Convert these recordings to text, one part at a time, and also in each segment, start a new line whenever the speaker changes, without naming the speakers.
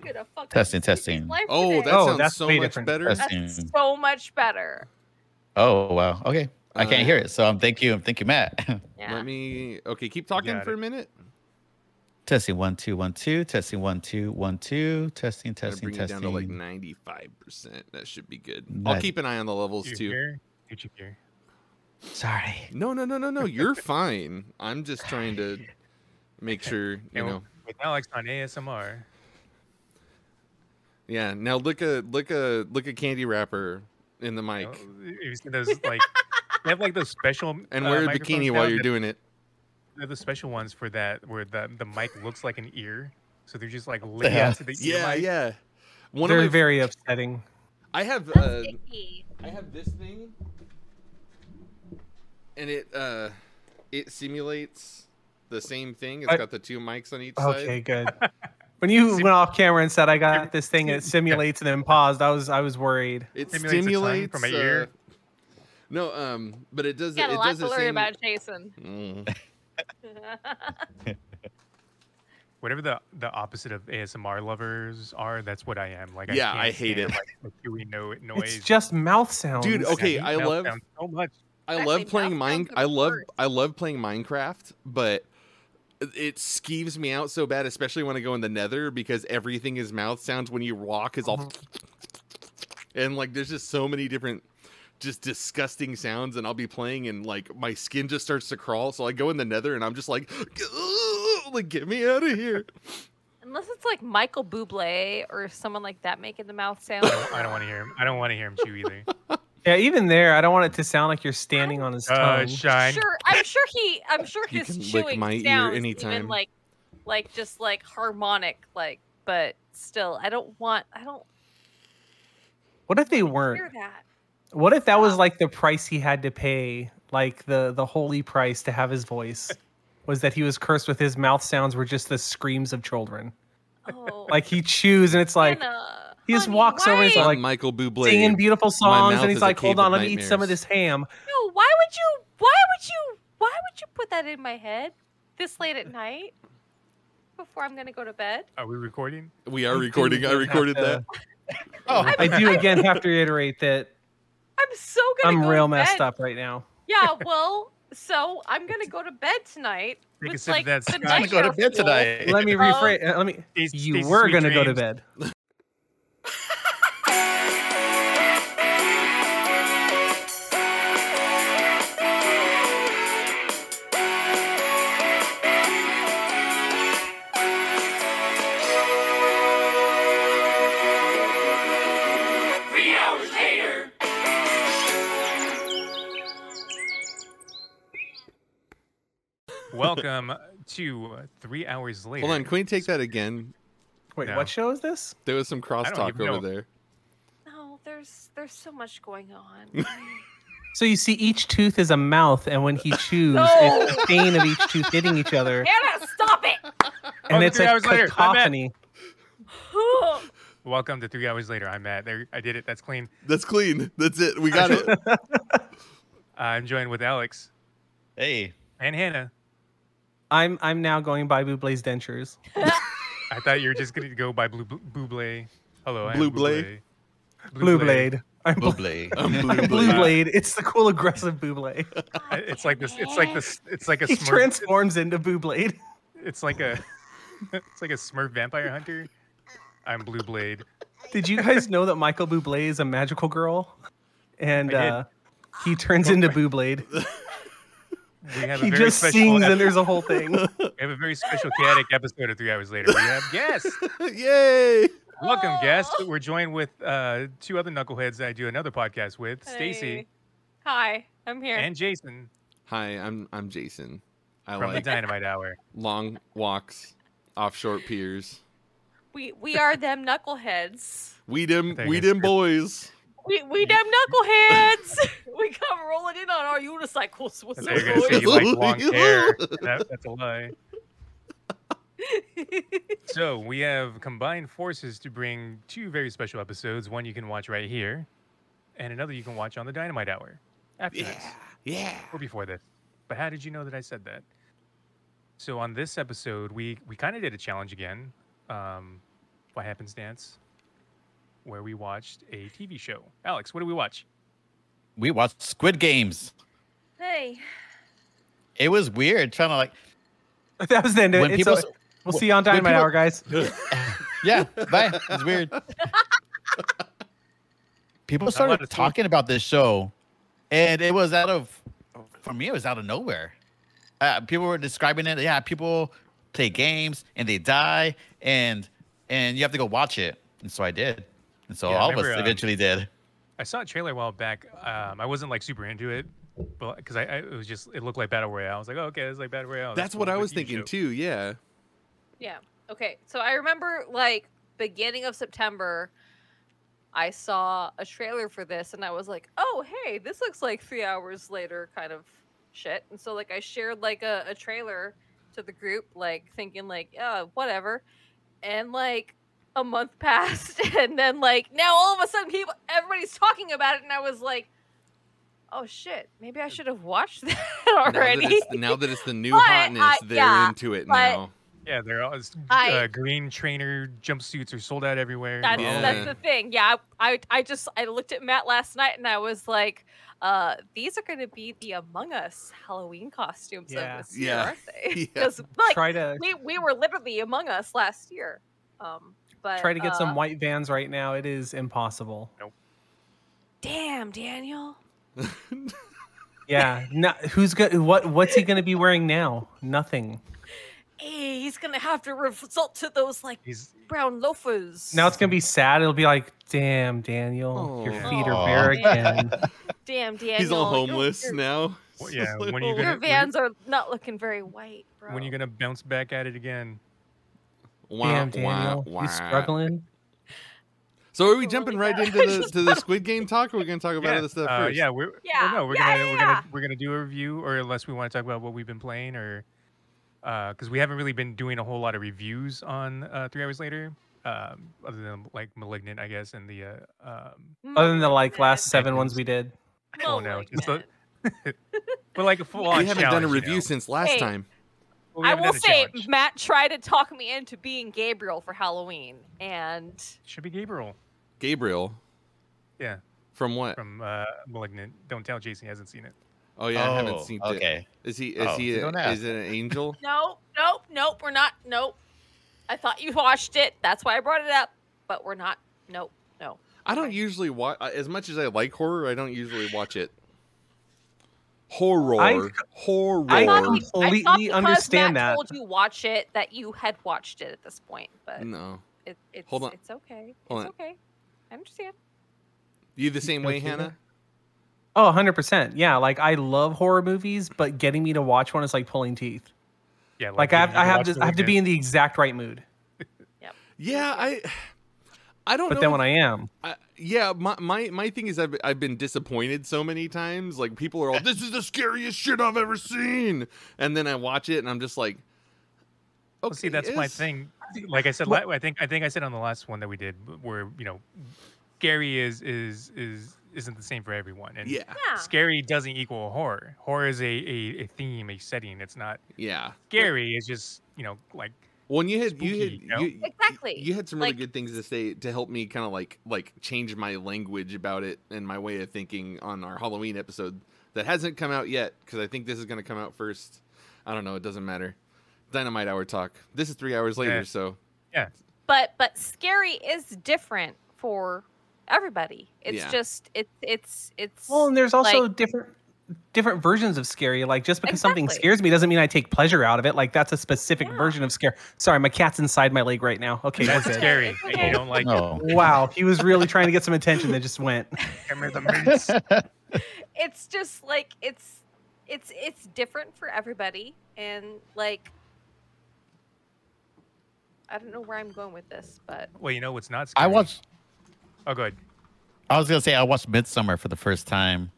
a fucking
Testing,
serious
testing.
life
Oh,
today.
that
Oh,
sounds
that's
so
way
much
different.
better.
Uh,
That's-
That's so much better.
Oh wow. Okay. I
Uh,
can't hear it. So I'm thank you. um, Thank you, Matt.
Yeah.
Let me. Okay, keep talking
Got
for
it.
a minute.
testing one two one two. Testing one two one two. Testing
Gotta
testing
bring
testing.
it down to like ninety-five percent. That should be good. I'll
Nice.
keep an eye on the levels
You
too.
hear? Did you hear?
Sorry.
No, no, no, no, no. You're fine. I'm just trying to make sure you
And
know.
With Alex on ASMR.
Yeah. Now look a look a look a candy wrapper in the
you
mic
know, you see those like they have like those special
and
Oh. uh,
wear a
microphones
bikini
now
while you're
that-
doing it.
they're the special ones for that where the the mic looks like an ear. So they're just like lit out
heck?
to the ear
Yeah,
mic.
yeah. One
They're
of my,
very
upsetting.
I have
That's
uh,
icky.
I have this thing, and it uh, it simulates the same thing. It's
I-
got the two mics on each
Okay,
side.
good. When you
Sim-
went off camera and said I got this thing and it simulates and then paused, I was I was worried.
It
Simulates the tongue
stimulates
from my ear.
uh, no, um, but it does.
You got
it
a
does
lot to
the
learn
same.
about Jason.
Mm.
Whatever the the opposite of ASMR lovers are, that's what I am. Like
Yeah,
I, can't
I hate
stand,
it.
Like the chewy no- noise.
It's just mouth sounds.
Dude,
And
okay,
hate
I
mouth
love-
sounds so much.
I
Actually,
love
mouth
playing
sounds
Mine.
are
I love
worse.
I love playing Minecraft, but it- it skeeves me out so bad, especially when I go in the Nether because everything is mouth sounds. When you walk, is all and like there's just so many different just disgusting sounds and i'll be playing and like my skin just starts to crawl so i go in the nether and i'm just like like get me out of here
Unless it's like Michael Bublé or someone like that making the mouth sound.
I don't, I don't want to hear him. I don't want to hear him chew either.
Yeah, even there, I don't want it to sound like you're standing on his
Uh,
tongue.
shine.
Sure, I'm sure he. I'm sure
You
his
can lick
chewing
my ear
sounds
anytime.
even like, like just like harmonic, like. But still, I don't want. I don't
What if they
hear
weren't?
that.
What if that was like the price he had to pay, like the the holy price to have his voice? Was that he was cursed with his mouth sounds were just the screams of children.
Oh,
Like he chews and it's like
Hannah,
he just
honey,
walks over and
why-
he's like
Not michael buble
singing beautiful songs
mouth
and
is
he's
a
like,
cave
Hold
of
on, let me eat some of
nightmares."
this ham.
No, why would you? Why would you? Why would you put that in my head this late at night? Before I'm gonna go to bed.
Are we recording?
we are
do
recording i
have
recorded
to-
that
Oh,
I do again have to reiterate that
I'm so gonna.
I'm
go
real
to
messed
bed.
up right now.
Yeah, well, so I'm gonna go to bed tonight.
Take a
with,
sip of
like,
that
the
scotch.
I'm
nightmare
gonna go to bed
fuel.
tonight.
Let me
Um,
rephrase. uh, let me.
These-
You
these
were
sweet
gonna go to
dreams.
bed.
Welcome to uh, three hours later.
hold on can we take that again
Wait,
No.
what show is this?
there was some crosstalk
even
over
know.
there
No, there's there's so much going on.
So you see, each tooth is a mouth, and when he chews,
No.
it's a stain of each tooth hitting each other,
Anna, stop it!
and
Oh,
it's
three
a
hours later, I'm back.
cacophony.
Welcome to three hours later. I'm Matt. There, I did it. That's clean.
that's clean that's it we got it
Uh, I'm joined with Alex
hey.
and Hannah.
I'm I'm now going by Bublé's dentures.
I thought you were just gonna go by Blue Blue- Buble. Hello, I am
Blue
Buble.
Blade?
Blue Blade. I'm Blue,
Buble.
I'm blue,
I'm
blade.
Blue Blade. It's the cool aggressive Bublé.
I- Uh, It's like this. It's like this. It's like a.
He
Smurf,
transforms into Bublé.
It's like a. It's like a Smurf vampire hunter. I'm Blue Blade.
Did you guys know that Michael Bublé is a magical girl, and
I did.
uh, he turns into Bublé?
We have
He
a very
just
special.
sings,
ep-
and there's a whole thing.
we have a very special chaotic episode of three hours later. We have guests.
yay
Welcome,
Oh.
guests. We're joined with uh, two other knuckleheads that I do another podcast with, Stacy
Hey. Hi, I'm here.
and Jason
hi i'm i'm jason i
from the
like
Dynamite Hour.
long walks offshore piers
we we are them knuckleheads.
we dem
think
we
it's
dem
true.
boys
We we them knuckleheads. we come rolling in on our unicycles. What's
I
up,
thought you were gonna say you like long hair. That, that's a lie.
boys?
So we have combined forces to bring two very special episodes. One you can watch right here, and another you can watch on the Dynamite Hour after this
yeah
or before this. But how did you know that I said that? So on this episode, we we kind of did a challenge again. Um, by happenstance where we watched a TV show. Alex, what did we watch?
We watched Squid Games.
Hey,
It was weird trying to like
That was the end of
when
it. It's
people.
o-
s-
we'll
wh-
see you on
when
Dynamite
people-
Hour, guys.
Yeah, bye. It's weird. People
lot
started
of sleep.
talking about this show, and it was out of, for me, it was out of nowhere. Uh, people were describing it. Yeah, people play games and they die, and and you have to go watch it. And so I did, and so
Yeah, I
all of us
remember, um,
eventually did.
I saw a trailer a while back. Um, I wasn't like super into it, but because I, I it was just it looked like Battle Royale. I was like, oh, okay, it's like Battle Royale.
That's what
cool,
I
but
was
you
thinking
show-
too. Yeah.
Yeah. Okay. So I remember like beginning of September, I saw a trailer for this and I was like, oh, hey, this looks like three hours later kind of shit. And so like I shared like a, a trailer to the group, like thinking like, yeah, whatever. And like a month passed and then like now all of a sudden people everybody's talking about it and I was like, oh shit, maybe I should have watched that already.
Now that it's, now that it's the new
But, uh,
hotness, they're
yeah,
into it
but-
now.
Yeah, they're all it's,
I-
uh, green trainer jumpsuits are sold out everywhere.
That's
All
Yeah.
that's the thing. Yeah, I I- I just I looked at Matt last night and I was like, uh, these are going to be the Among Us Halloween costumes
Yeah.
of this year,
Yeah.
aren't they?
Yeah.
Because like
try to
we we were literally Among Us last year. Um, but
try to get
uh,
some white vans right now. It is impossible.
Damn, Daniel.
Yeah. No, who's going what what's he gonna be wearing now? Nothing.
Hey, he's gonna have to resort to those like
He's
brown loafers.
Now it's gonna be sad. It'll be like, damn, Daniel, your
Aw.
feet are bare
Aw.
again.
damn, Daniel.
He's all
your-
homeless
your-
now.
Well,
It's
yeah,
like,
when are you
oh,
gonna-
Your
When you-
vans are not looking very white, bro.
when you gonna bounce back at it again?
wah,
damn,
wah,
Daniel,
wah.
you struggling?
So are we
Oh,
jumping
my
right
God.
into the to the Squid Game talk? Or are we gonna talk about
yeah,
other stuff
uh,
first?
yeah, we're
Yeah,
well, no, we're
yeah,
gonna
yeah,
we're
yeah.
gonna we're gonna do a review, or unless we want to talk about what we've been playing, or because we haven't really been doing a whole lot of reviews on uh, Three Hours Later, um, other than like Malignant, I guess, and the uh, um,
Mm, oh
Other than the like last
Malignant.
seven ones we did.
Oh, no, just the-
Malignant.
but like a full on.
We haven't done a review
You know?
since last
Hey.
time.
Well, we
I
haven't
will
done a
say,
challenge.
Matt tried to talk me into being Gabriel for Halloween, and
should be Gabriel
Gabriel.
Yeah.
From what?
from uh, Malignant. Don't tell Jason he hasn't seen it.
oh yeah, I haven't
Oh,
seen it.
okay.
Is he is
Oh,
he a,
don't ask.
is it an angel?
nope, nope, nope, we're not, nope. I thought you watched it. That's why I brought it up, but we're not. Nope, no.
I don't
Right.
usually watch as much as I like horror. I don't usually watch it. Horror,
I-
horror.
I
thought
Horror.
be- I
completely
thought because
understand
Matt
that.
Told you watch it that you had watched it at this point, but
no,
it, it's
Mm, Hold on.
it's okay.
Hold
it's
on.
okay. I understand.
you the same
don't
way,
do that?
Hannah?
Oh, 100 percent. Yeah, like I love horror movies, but getting me to watch one is like pulling teeth.
Yeah,
Like I have, I have to I have to be in the exact right mood.
Yeah, I. I
Oh,
don't.
But
know
then
if-
when I am,
I, yeah, my, my my thing is I've I've been disappointed so many times. Like people are all, "This is the scariest shit I've ever seen," and then I watch it and I'm just like, "Okay,
Well, see, that's my
it's-
thing. Like I said, la- I think I think I said on the last one that we did, where you know, scary is is is isn't the same for everyone, and
Yeah,
Yeah.
scary doesn't equal horror. Horror is a, a, a theme, a setting. It's not
yeah.
scary. It's just you know like
When you had you had
Spooky, you know?
you,
Exactly.
you had some really
Like-
good things to say to help me kind of like like change my language about it and my way of thinking on our Halloween episode that hasn't come out yet because I think this is going to come out first. I don't know. It doesn't matter. Dynamite hour talk. This is three hours later,
Eh.
Yeah.
so
but but scary is different for everybody. It's
Yeah.
just it's it's it's
well, and there's also
Like-
different different versions of scary. Like just because something
Exactly.
scares me doesn't mean I take pleasure out of it. Like that's a specific
Yeah.
version of scare. Sorry, my cat's inside my leg right now. Okay, we're
that's
good.
scary.
It's
and
okay.
You don't like
No.
Wow, he was really trying to get some attention that just went.
it's just like it's it's it's different for everybody and like I don't know where I'm going with this, but
Well, you know what's not scary.
I watched.
Oh, good.
I was gonna say I watched Midsummer for the first time,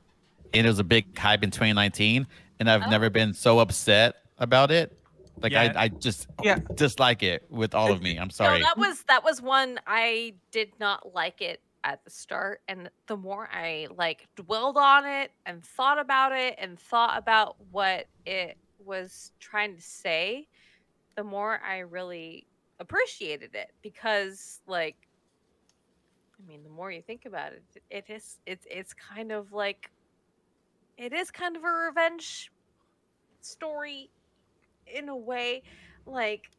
and it was a big hype in 2019, and I've
Oh.
never been so upset about it. Like
Yeah.
I, I just
Yeah.
dislike it with all of me. I'm sorry.
no, that was that was one I did not like it at the start, and the more I like dwelled on it and thought about it and thought about what it was trying to say, the more I really appreciated it because like I mean, the more you think about it, it is it's it's kind of like it is kind of a revenge story in a way like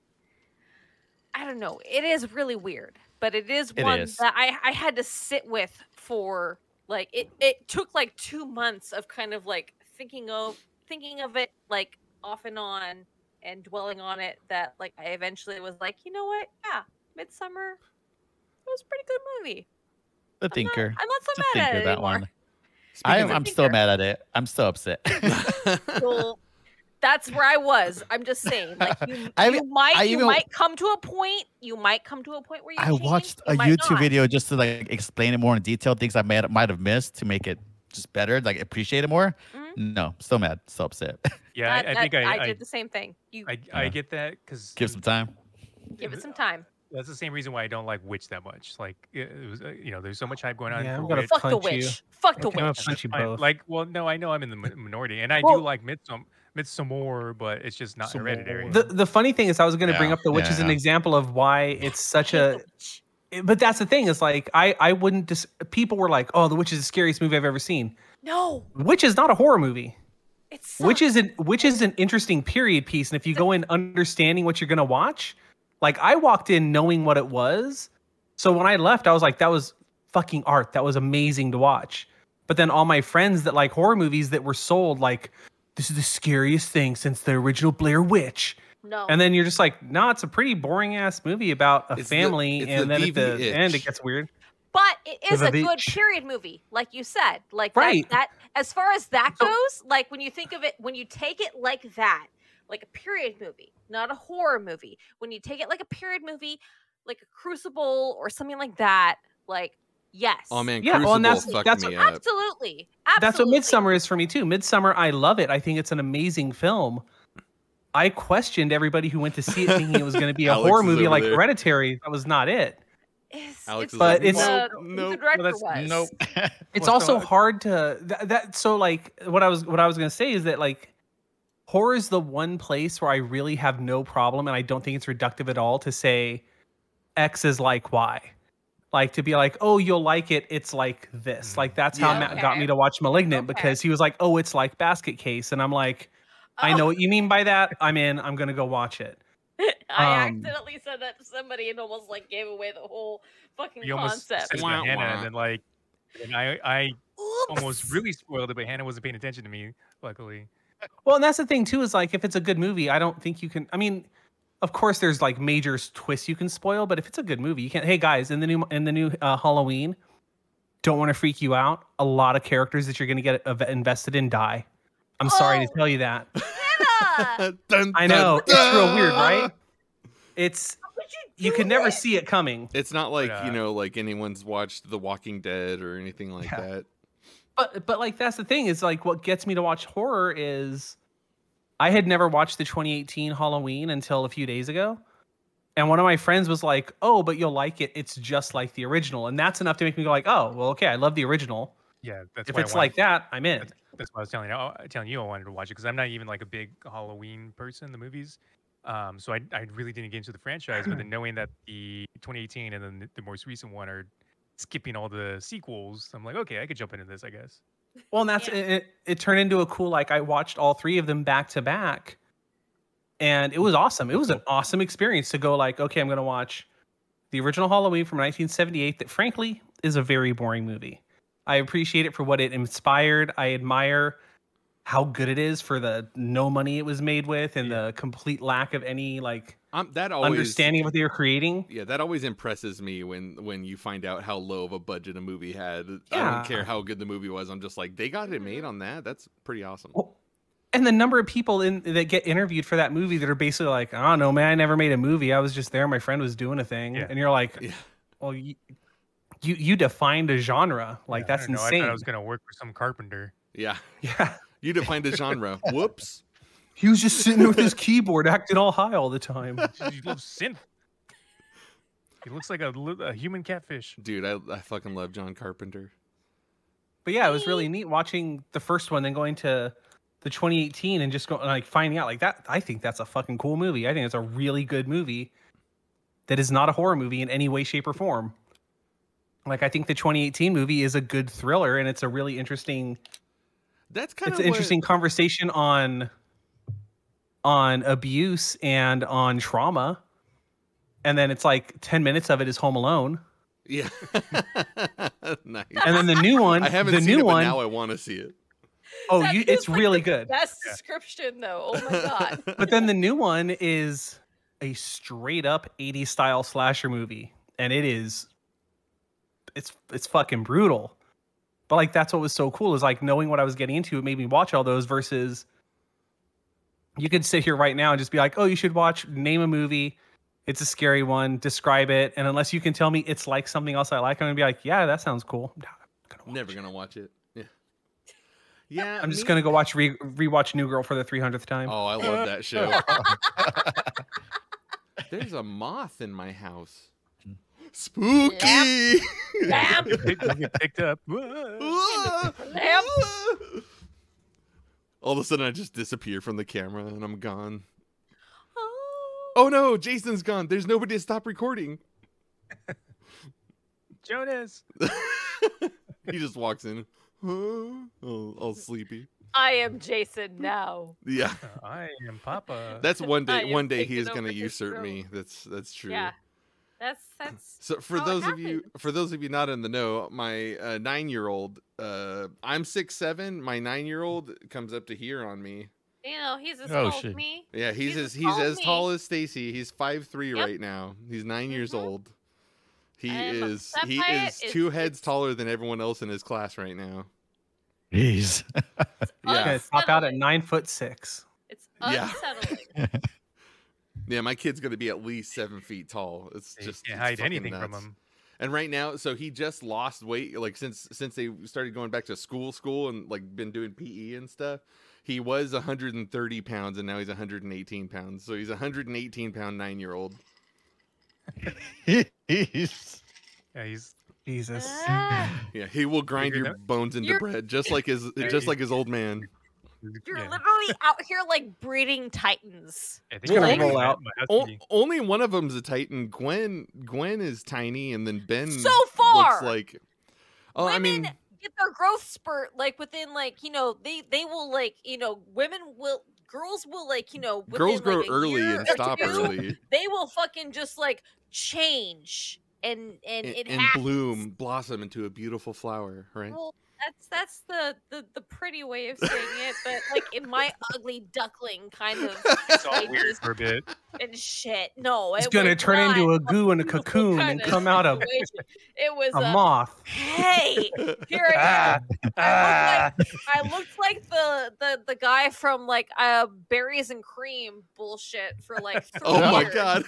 I don't know. It is really weird, but it is
It
one
is.
that I I had to sit with for like it it took like 2 months of kind of like thinking of thinking of it like off and on and dwelling on it that like I eventually was like, "You know what? Yeah, Midsummer it was a pretty good movie.
The
I'm not-
thinker.
I'm not so
It's a
mad
thinker,
at it
that
anymore.
one. I
Speaking
am,
of
I'm still
thinker.
mad at it. I'm still upset.
Well, that's where I was. I'm just saying, like you,
I-
you might,
I
you
even-
might come to a point. You might come to a point where you.
I
change,
watched
you
a
might
YouTube
not.
video just to like explain it more in detail, things I might might have missed to make it just better, like appreciate it more.
Mhm.
No, still mad, still upset.
Yeah,
That-
I, I think
that-
I
did
I,
the same thing. You
I, I
Yeah.
get that because
Give some time.
give it some time.
That's the same reason why I don't like Witch that much. Like it, it was, uh, you know, there's so much hype going on.
Yeah,
for
I'm gonna
Witch.
Fuck the
punch you.
witch. Fuck the
I'm gonna
witch.
punch you
I-
both.
Like, well, no, I know I'm in the mi- minority, and I
Well-
do like Midsum- Midsummer, but it's just not
Some
hereditary.
more.
the the funny thing is, I was going to bring
Yeah,
up the witch as an
yeah.
example of why it's such
Hate the
a.
witch.
But that's the thing is like I I wouldn't dis- people were like, oh, the witch is the scariest movie I've ever seen.
No,
Witch is not a horror movie.
it's
which is an which is an interesting period piece and if you go in understanding what you're going to watch like i walked in knowing what it was so when i left i was like that was fucking art that was amazing to watch but then all my friends that like horror movies that were sold like this is the scariest thing since the original blair witch
no.
and then you're just like nah it's a pretty boring ass movie about a
It's the-
family
it's
and
the
then at the
DV itch.
end it gets weird
But it is
the
a good
beach.
period movie, like you said. Like
Right.
that, that as far as that
So-
goes, like when you think of it, when you take it like that, like a period movie, not a horror movie. When you take it like a period movie, like a crucible or something like that, like yes.
oh man,
Yeah,
Crucible
well, and that's-
fucked
that's-
me up.
Absolutely. Absolutely.
That's what Midsummer is for me too. Midsummer, I love it. I think it's an amazing film. I questioned everybody who went to see it thinking it was going to be a
Alex
horror
is
movie
over
like
there.
Hereditary. That was not it.
is.
Alex
it's
is
But
like,
it's-
the,
nope,
the
nope.
director
that's-
was.
Nope.
It's
Well,
also
so-
hard to that, that. So like, what I was what I was going to say is that like, horror is the one place where I really have no problem, and I don't think it's reductive at all to say X is like Y. Like to be like, oh, you'll like it. It's like this. Like that's how
Yeah.
Matt got me to watch *Malignant*
Okay.
because he was like, oh, it's like *Basket Case*, and I'm like, I
Oh,
know what you mean by that. I'm in. I'm gonna go watch it.
Oh, I
um,
accidentally said that to somebody and almost like gave away the whole fucking
you almost said
concept.
it to
Wah,
Hannah,
wah.
and then like, and I I almost
Oops.
really spoiled it, but Hannah wasn't paying attention to me. Luckily,
Well, and that's the thing too is like if it's a good movie, I don't think you can. I mean, of course, there's like major s- twists you can spoil, but if it's a good movie, you can't. Hey guys, in the new in the new uh, Halloween, don't want to freak you out. A lot of characters that you're gonna get ev- invested in die. I'm sorry to
Oh.
tell you that.
Hannah!
Dun,
I
dun,
know it's real weird,
dun.
right? It's
would you
you
do
can never
it?
see it coming.
It's not like you
uh,
know, like anyone's watched The Walking Dead or anything like
Yeah.
that.
but but like that's the thing is like what gets me to watch horror is I had never watched the 2018 Halloween until a few days ago. And one of my friends was like, "Oh, but you'll like it. It's just like the original." And that's enough to make me go like, "Oh, well, okay, I love the original.
yeah, that's
if
why I
it's
wanted-
like that, I'm in."
that's why I was telling you, I- telling you I wanted to watch it because I'm not even like a big Halloween person. The movies, um, so I I really didn't get into the franchise. but then knowing that the 2018 and then the, the most recent one are skipping all the sequels, I'm like, okay, I could jump into this, I guess.
Well, and that's
Yeah.
it, it. It turned into a cool like I watched all three of them back to back, and it was awesome. It was an awesome experience to go like, okay, I'm going to watch the original Halloween from 1978. That frankly is a very boring movie. I appreciate it for what it inspired. I admire how good it is for the no money it was made with and the complete lack of any like
Um, that always
understanding of what they were creating.
Yeah, that always impresses me when when you find out how low of a budget a movie had. I
Yeah. Mm-hmm.
don't care how good the movie was. I'm just like, they got it made on that. That's pretty awesome.
Well, and the number of people in that get interviewed for that movie that are basically like, I don't know, man, I never made a movie. I was just there. My friend was doing a thing,
Yeah.
and you're like,
Yeah.
well, you, you you defined a genre. Like
Yeah, I
that's
don't know, I
insane.
thought I was gonna work for some carpenter.
Yeah,
yeah,
you defined a genre. Whoops.
he was just sitting there with his keyboard, acting all high all the time.
He loves synth. He looks like a, li- a human catfish.
Dude, I, I fucking love John Carpenter.
But yeah, it was really neat watching the first one, then going to the 2018 and just going like finding out like that. I think that's a fucking cool movie. I think it's a really good movie. that is not a horror movie in any way, shape, or form. Like I think the 2018 movie is a good thriller, and it's a really interesting
That's kind
it's
of
an interesting conversation on on abuse and on trauma and then it's like 10 minutes of it is home alone
Yeah. nice.
and then the new one
I haven't
the
seen
new
it,
one
but now I want to see it.
oh
That
you
feels
it's
like
really
the
good
Best description though. Oh my god.
but then the new one is a straight up 80s style slasher movie and it is it's it's fucking brutal but like that's what was so cool is like knowing what i was getting into it made me watch all those versus you could sit here right now and just be like oh you should watch name a movie it's a scary one describe it and unless you can tell me it's like something else i like i'm gonna be like yeah that sounds cool I'm not gonna watch
Never
it.
gonna watch it. Yeah. Yeah.
i'm just
me-
gonna go watch re- rewatch new girl for the 300th time
Oh, I love that show. There's a moth in my house. Spooky.
Bam.
You pick- you get picked up. Whoa.
Ah!
Lamp.
Ah! All of a sudden, I just disappear from the camera and I'm gone.
Oh.
Oh no, Jason's gone. There's nobody to stop recording.
Jonas.
he just walks in, all, all sleepy.
I am Jason now.
Yeah,
Uh, I am Papa.
that's one
I
day.
am
One day he
taking
is going
over
to
his
usurp
throne.
me. That's that's true.
Yeah. That's that's
So for
how Oh, it
those of you for those of you not in the know, my uh, nine year old, uh, I'm six seven. My nine year old comes up to here on me.
you know, he's as
Oh,
tall as
shit.
me.
Yeah, he's
He's
as
as
he's
tall as
as tall
me.
as Stacy. He's five three
Yep.
right now. He's 9 years
Mhm.
old. He
I am
is
upset
he
by it.
is
It's-
two heads
it's-
taller than everyone else in his class right now.
Jeez.
Yeah.
gonna top out at nine foot six
It's
Yeah.
unsettling.
Yeah, my kid's gonna be at least seven feet tall. It's
You
just
can't
it's
hide
fucking
anything from
nuts.
him.
And right now, so he just lost weight. Like since since they started going back to school, school and like been doing PE and stuff. He was 130 pounds and now he's 118 pounds. So he's 118 pound nine year old.
Jeez.
Yeah, he's
jesus
Ah,
Yeah, he will grind
Figured
your bones into
You're-
bread just like his
There
just
you
like his old man.
you're
yeah,
literally out here like breeding titans.
I think
Just gonna
he's
roll
my-
out.
my
O-
husky.
only one of them's a titan. Gwen Gwen is tiny, and then Ben
So far!
looks like. Oh, I
Women
mean,
Get their growth spurt like within like, you know, they they will like, you know, women will girls will like, you know, within,
girls grow
like, a
early
year
and
or
stop
two,
early
They will fucking just like change and and
and,
it
and
happens.
bloom, blossom into a beautiful flower. Right?
Well, that's that's the, the the pretty way of saying it, but like in my ugly duckling kind of
It's all weird
stages
for a bit.
and shit. No,
It's
it
gonna
was
turn
not
into a goo and a
beautiful
cocoon
kind
and
of
come out a,
situation. It was
a
a-
moth.
hey, here I
Ah,
am.
ah.
I looked like the the the guy from like uh berries and cream bullshit for like three
oh my
years.
god!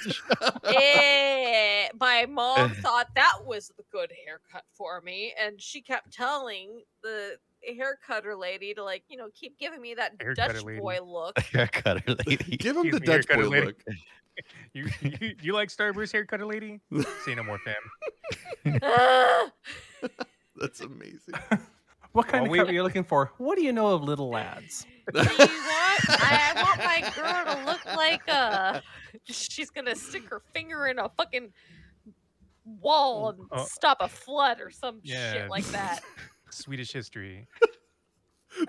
Eh, my mom thought that was the good haircut for me, and she kept telling the haircutter lady to like, you know, keep giving me that
Haircutter
Dutch
lady.
boy look.
Haircutter lady.
Give him the
Excuse me,
Dutch
haircut
boy
lady.
look.
You, you you like Starburst haircutter lady? Say no more, fam.
Ah,
That's amazing.
What
Well,
kind of
we-
cover you're looking for? What do you know of little lads?
so you want? I want my girl to look like a. She's gonna stick her finger in a fucking wall and
Uh,
stop a flood or some
yeah.
shit like that.
Swedish history.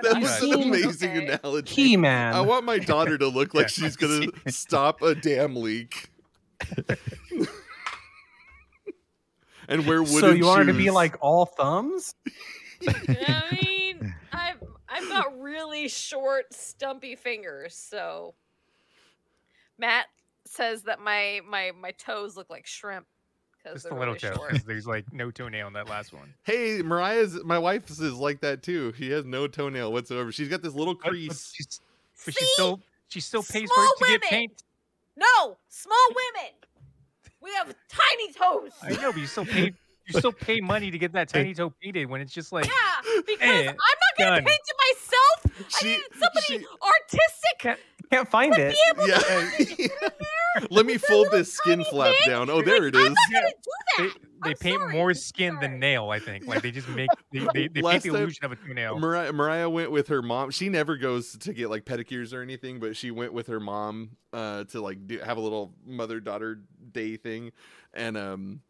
That
I've
was an
seen-
amazing
okay.
analogy.
He
I
man.
want my daughter to look like
Yeah.
she's gonna stop a dam leak. and wear wooden
So you want her to be
shoes.
like all thumbs?
I mean, I've I've got really short, stumpy fingers, so Matt says that my my my toes look like shrimp because
Just
they're
a little
really
toe,
short.
'cause there's like no toenail in that last one.
Hey, Mariah's my wife's is like that too. She has no toenail whatsoever. She's got this little
But- but
crease.
she's-
See,
But she still she still pays for
Small
it to get
women!
paint.
no small women. We have tiny toes.
I know, but you still pay you still pay money to get that tiny toe painted when it's just like
Yeah, because
Eh,
I'm not gonna
done.
paint it myself. I
She-
need somebody
she-
artistic.
Can't find
eh,
it.
yeah. Let me fold this skin
tiny
flap
thing.
down. Oh, there it
I'm
is.
not
Yeah.
gonna do
they,
that.
they
I'm
paint
sorry,
more
I'm
skin
sorry.
than nail, I think. Like they just make they, they, they
Last
paint the
time-
illusion of a toenail.
Mariah, Mariah went with her mom. She never goes to get like pedicures or anything, but she went with her mom uh, to like do, have a little mother daughter day thing, and um,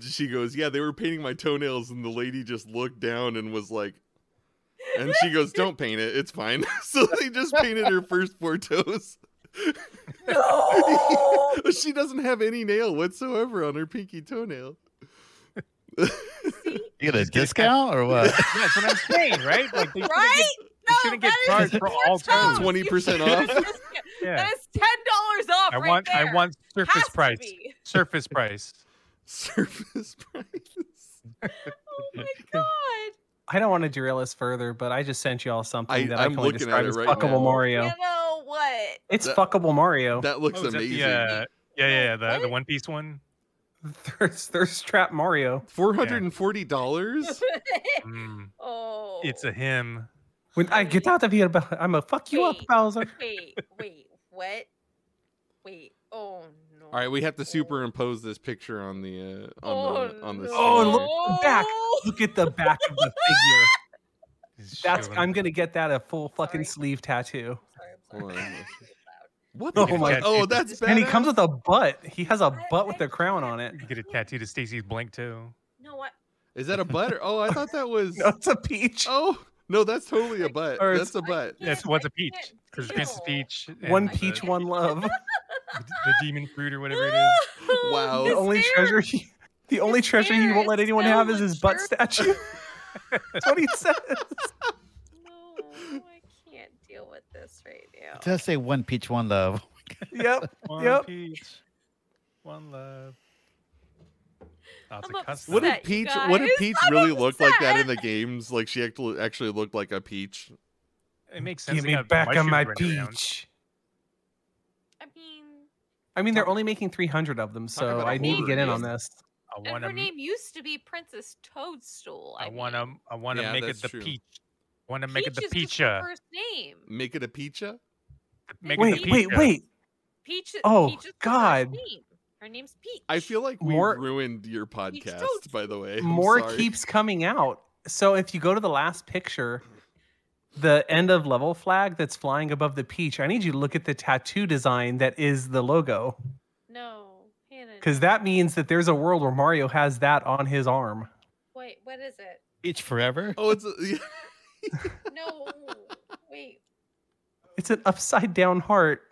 she goes, "Yeah, they were painting my toenails," and the lady just looked down and was like, and she goes, "Don't paint it. It's fine." so they just painted her first four toes. she doesn't have any nail whatsoever on her pinky toenail.
You get a discount or what?
Yeah, that's what I'm saying, right? Like, they shouldn't
Right?
They shouldn't get
that is
charged for
four
all
toes.
toes.
Twenty percent off.
get- yeah.
That is ten dollars off.
I
right
want
There.
I want surface
Has to
price.
be.
Surface price.
Surface price.
Oh my god.
I don't want to derail this further, but I just sent you all something
I-
that I
I'm
can only
looking at
describe
it
as
right
fuckable
now.
Mario.
Oh, You know what?
It's
That-
fuckable Mario.
That looks
Oh, is that
amazing.
The, uh, yeah, yeah, yeah, the, the
What?
One Piece one.
There's there's trap Mario.
Four hundred and forty dollars.
Mm,
oh.
it's a him.
When I get out of here, Bowser, I'm gonna fuck you
Wait.
up, Bowser.
Wait, wait, what? Wait. Oh no.
All right, we have to superimpose this picture on the uh, on
Oh,
the on the.
no.
Oh, look back. Look at the back of the figure.
He's
That's
showing-
I'm gonna get that a full
Sorry.
fucking sleeve tattoo.
Sorry, I'm
Hold
sorry.
on.
I'm really loud.
What
Oh
the
my
fuck? Oh, that's bad.
And he comes with a butt. He has a
I- I
butt with a crown on it.
You get a tattoo to Stacy's blank toe.
No, what?
Is that a butt? Or, oh, I thought that was.
No, it's a peach.
Oh no, that's totally a butt.
Or
That's a butt.
Yeah,
Yes, what's a
I
peach?
can't
Because Princess
deal.
Peach. and
one
the-
peach, one love.
The, the demon fruit or whatever it is.
Wow.
The
His
only
favorite-
treasure he, the only
his
treasure he won't
favorite
let anyone have is his butt
sandwich,
statue. That's what he says.
No, I can't deal with this right now.
It does say one peach, one love.
Yep.
One
Yep.
peach, one love. That's
I'm
a cuss.
upset.
What did
upset, you
Peach? What did
guys.
Peach
I'm
really look like that in
upset.
the games? Like she actually actually looked like a peach.
It makes sense.
Give
they
me
got
back
mushrooms
on my
running around.
peach.
I mean,
I mean, they're only making 300 of them, so
about
I
a
need to get in on
hoarder.
this.
I
and
want
her
to.
name used to be Princess Toadstool. I,
I want
mean.
to. I want to
Yeah,
make it
that's
the
true.
peach. Want to make it the
Peach is just
peacha.
her First name.
Make it a peacha.
Make it
Wait,
the uh,
wait,
peacha.
wait.
Peach.
Oh,
Peach is her first
God.
name. Her name's Peach.
I feel like we
More-
ruined your podcast.
Toadstool.
By the way, I'm
More
sorry.
keeps coming out. So if you go to the last picture, the end of level flag that's flying above the peach, I need you to look at the tattoo design that is the logo.
no, Hannah.
Because that means that there's a world where Mario has that on his arm.
Wait, what is it?
Peach forever.
Oh, it's a,
No, wait.
It's an upside down heart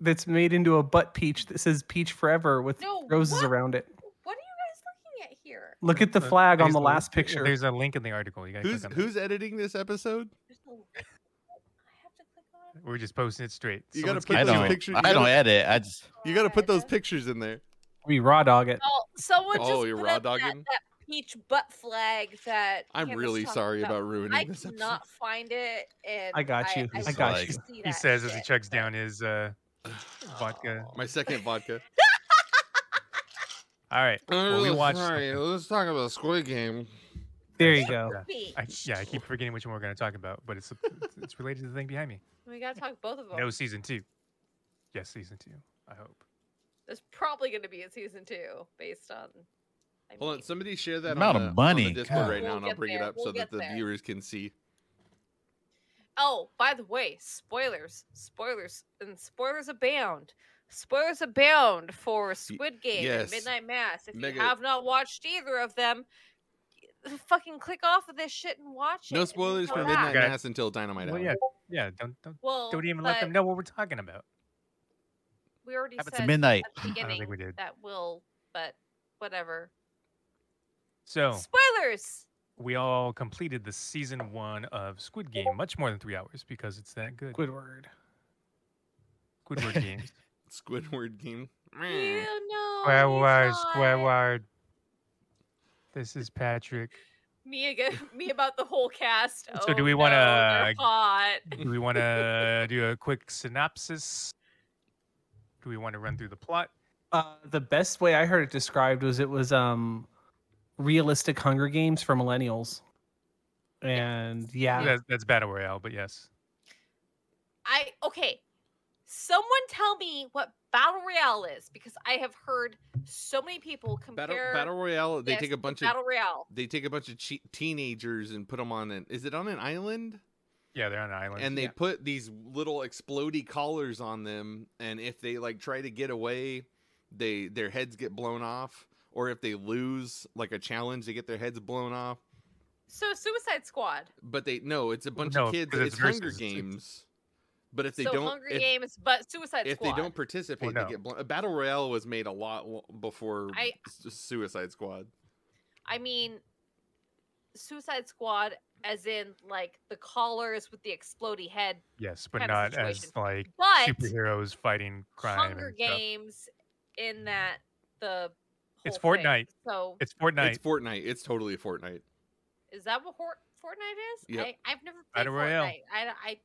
that's made into a butt peach that says peach forever with
No,
roses
what?
around it.
What are you guys looking at here?
Look at the
Uh,
flag on
there's a-
the last
yeah,
picture.
There's a link in the article. You gotta
who's
click on
who's editing this episode?
There's no. I have to click on.
it. We're just posting it straight.
You gotta
Someone's
put
I
gonna
those
do
don't.
it.
pictures- you
I don't
gotta-
edit. I just.
You got to put those
Friday.
pictures in there.
We raw dog it.
Oh, someone just
Oh, you're
put
raw
up that,
dogging?
that peach butt flag that.
I'm
Hannah's
really
talking
sorry
about.
about ruining
I
this episode.
cannot find it, and
I got you.
I
will
got
have
you.
to see
He
that
says as he
shit.
chugs down his uh, vodka.
My second vodka.
All right. Well, we watched.
Let's talk about Squid Game.
There you go.
Wait,
I, yeah, I keep forgetting which one we're gonna talk about, but it's it's- it's related to the thing behind me.
we gotta talk both of them.
No season two. Yes, season two. I hope.
There's probably gonna be a season two based on. I
Hold on,
mean,
somebody share that
Amount
on
of
the,
money,
on the Discord
God.
right now,
We'll
and I'll
get
bring it
there,
up so
we'll
that
get
the
there.
viewers can see.
Oh, by the way, spoilers, spoilers, and spoilers abound. Spoilers abound for Squid Game
yes.
and Midnight Mass. If
Mega-
you have not watched either of them, fucking click off of this shit and watch it.
No
and then
spoilers for
come
Midnight
back.
Okay.
Mass until Dynamite
Well,
Hour.
yeah, yeah. Don't don't
Well,
don't even let them
but
know what we're talking about.
We already
Happens
It's
said
midnight.
at the
I don't
beginning
think we did.
that will, but whatever.
So
Spoilers.
we all completed the season one of Squid Game, much more than three hours because it's that good.
Squidward.
Squidward games.
Squidward game.
You know,
Squidward,
he's not.
Squidward. This is Patrick.
Me again. Me about the whole cast.
So do
Oh,
we
no,
wanna-
they're hot.
Do we want to do a quick synopsis? Do we want to run through the plot?
Uh, the best way I heard it described was it was um, realistic Hunger Games for millennials. And yeah,
That's, that's battle royale, but yes.
I okay. Someone tell me what battle royale is because I have heard so many people compare
Battle Battle Royale. They
this
take a
to
bunch of
battle royale.
they take a bunch of che- teenagers and put them on an. Is it on an island?
Yeah, they're on an island.
And they
yeah.
put these little explodey collars on them, and if they like try to get away, they their heads get blown off, or if they lose like a challenge, they get their heads blown off.
So Suicide Squad.
But they no, it's a bunch
No,
of kids.
because
It's,
it's
Hunger
versus.
Games. But if they
so
don't,
Hunger
if,
Games, but Suicide
if
Squad.
they don't participate,
Well, Oh, no.
they get blown. Battle Royale was made a lot w- before
I-
S- Suicide Squad.
I mean, Suicide Squad, as in like the collars with the explodey head,
Yes, but
kind of
not as
situation.
like
but
superheroes fighting crime.
Hunger
and stuff.
Games in that the.
It's
whole thing.
Fortnite.
So
It's Fortnite.
It's Fortnite. It's totally Fortnite.
is that what Hor- Fortnite is?
Yep.
I, I've never played
Battle Royale.
Fortnite. I, I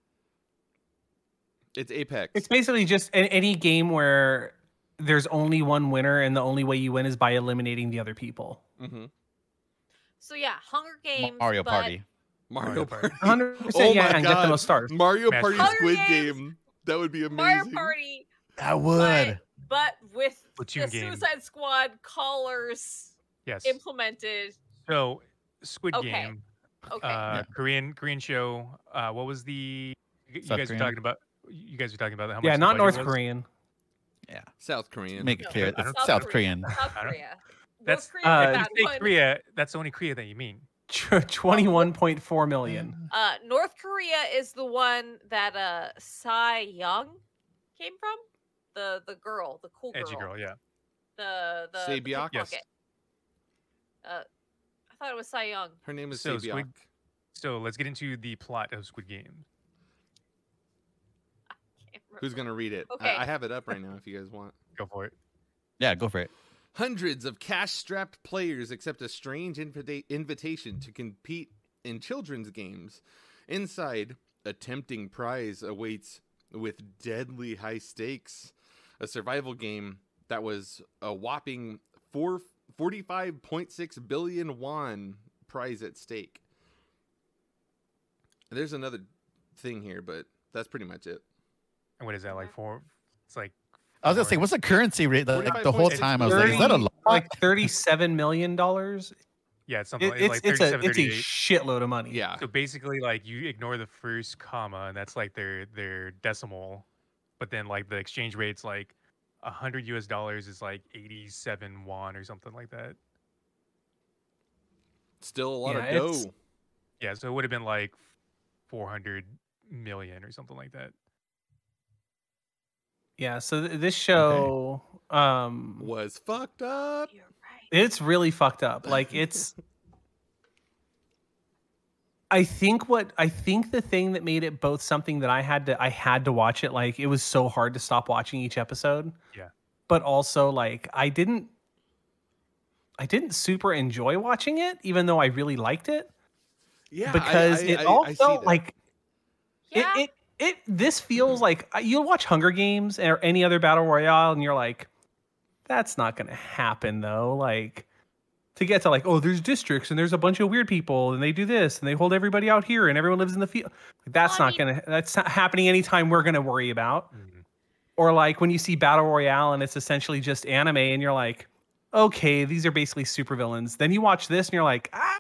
It's Apex.
It's basically just an, any game where there's only one winner, and the only way you win is by eliminating the other people.
Mhm.
so yeah, Hunger Games.
Mario
but
Party.
Mario
Mario
Party.
A Hundred
Oh
percent, yeah,
my
and get the
God.
most stars.
Mario
Smash
Party
Bros.
Squid
Hunger Games.
Game. That would be amazing.
Mario Party,
I
would. but with
Platoon
the
game.
Suicide Squad collars
yes.
implemented.
So Squid
Okay.
Game,
Okay.
uh, Korean Korean show. Uh, what was the? You
South
guys were
Korean?
talking about. You guys were talking about how much.
Yeah,
the
not
budget
North
was?
Korean.
South Korean.
Make it
No,
clear.
I don't-
It's South Korean.
South
I don't-
Korea. North
That's-
Korea
uh,
is
If
that
you
one.
say Korea, that's the only Korea that you mean.
Twenty-one point four million.
Uh, North Korea is the one that uh Psy Young came from. The the girl, the cool girl,
Edgy girl, yeah.
the the, the
Sae-byeok? Yes.
pickpocket. Uh, I thought it was Psy Young.
Her name is
So
so
Squid- So let's get into the plot of Squid Game.
Can't
Who's
remember.
gonna read it? I-
Okay.
I, have it up right now if you guys want.
Go for it.
Yeah, go for it.
Hundreds of cash-strapped players accept a strange invita- invitation to compete in children's games. Inside, a tempting prize awaits with deadly high stakes. A survival game that was a whopping four, 45.6 billion won prize at stake. There's another thing here, but that's pretty much it.
And what is that like for? It's like
I was gonna say,
Sorry.
what's the currency rate? Like,
Forty-five
the whole
point-
time, I was like, is that a lot?
Like thirty-seven million dollars.
yeah, it's something
It-
like-
It's
like
it's a
37,
it's a
38.
shitload of money.
Yeah.
so basically, like you ignore the first comma, and that's like their their decimal, but then like the exchange rate's like hundred U.S. dollars is like eighty-seven won or something like that.
Still a lot
Yeah,
of
it's-
dough.
Yeah, so it would have been like four hundred million or something like that.
Yeah. So th- this show, um,
Was fucked up.
You're right.
it's really fucked up. Like it's. I think what I think the thing that made it both something that I had to I had to watch it like it was so hard to stop watching each episode.
Yeah.
But also like I didn't I didn't super enjoy watching it even though I really liked it
Yeah, I-
because
I-
it
I-
all
I see
felt
that.
like
Yeah.
it, it it this feels like uh, you'll watch Hunger Games or any other battle royale, and you're like, that's not gonna happen though. Like to get to like, oh, there's districts and there's a bunch of weird people and they do this and they hold everybody out here and everyone lives in the field. Like, that's
Well, I
not gonna that's not happening anytime we're gonna worry about.
Mm-hmm.
Mhm.
Or like when you see battle royale and it's essentially just anime, and you're like, okay, these are basically supervillains. Then you watch this and you're like, ah,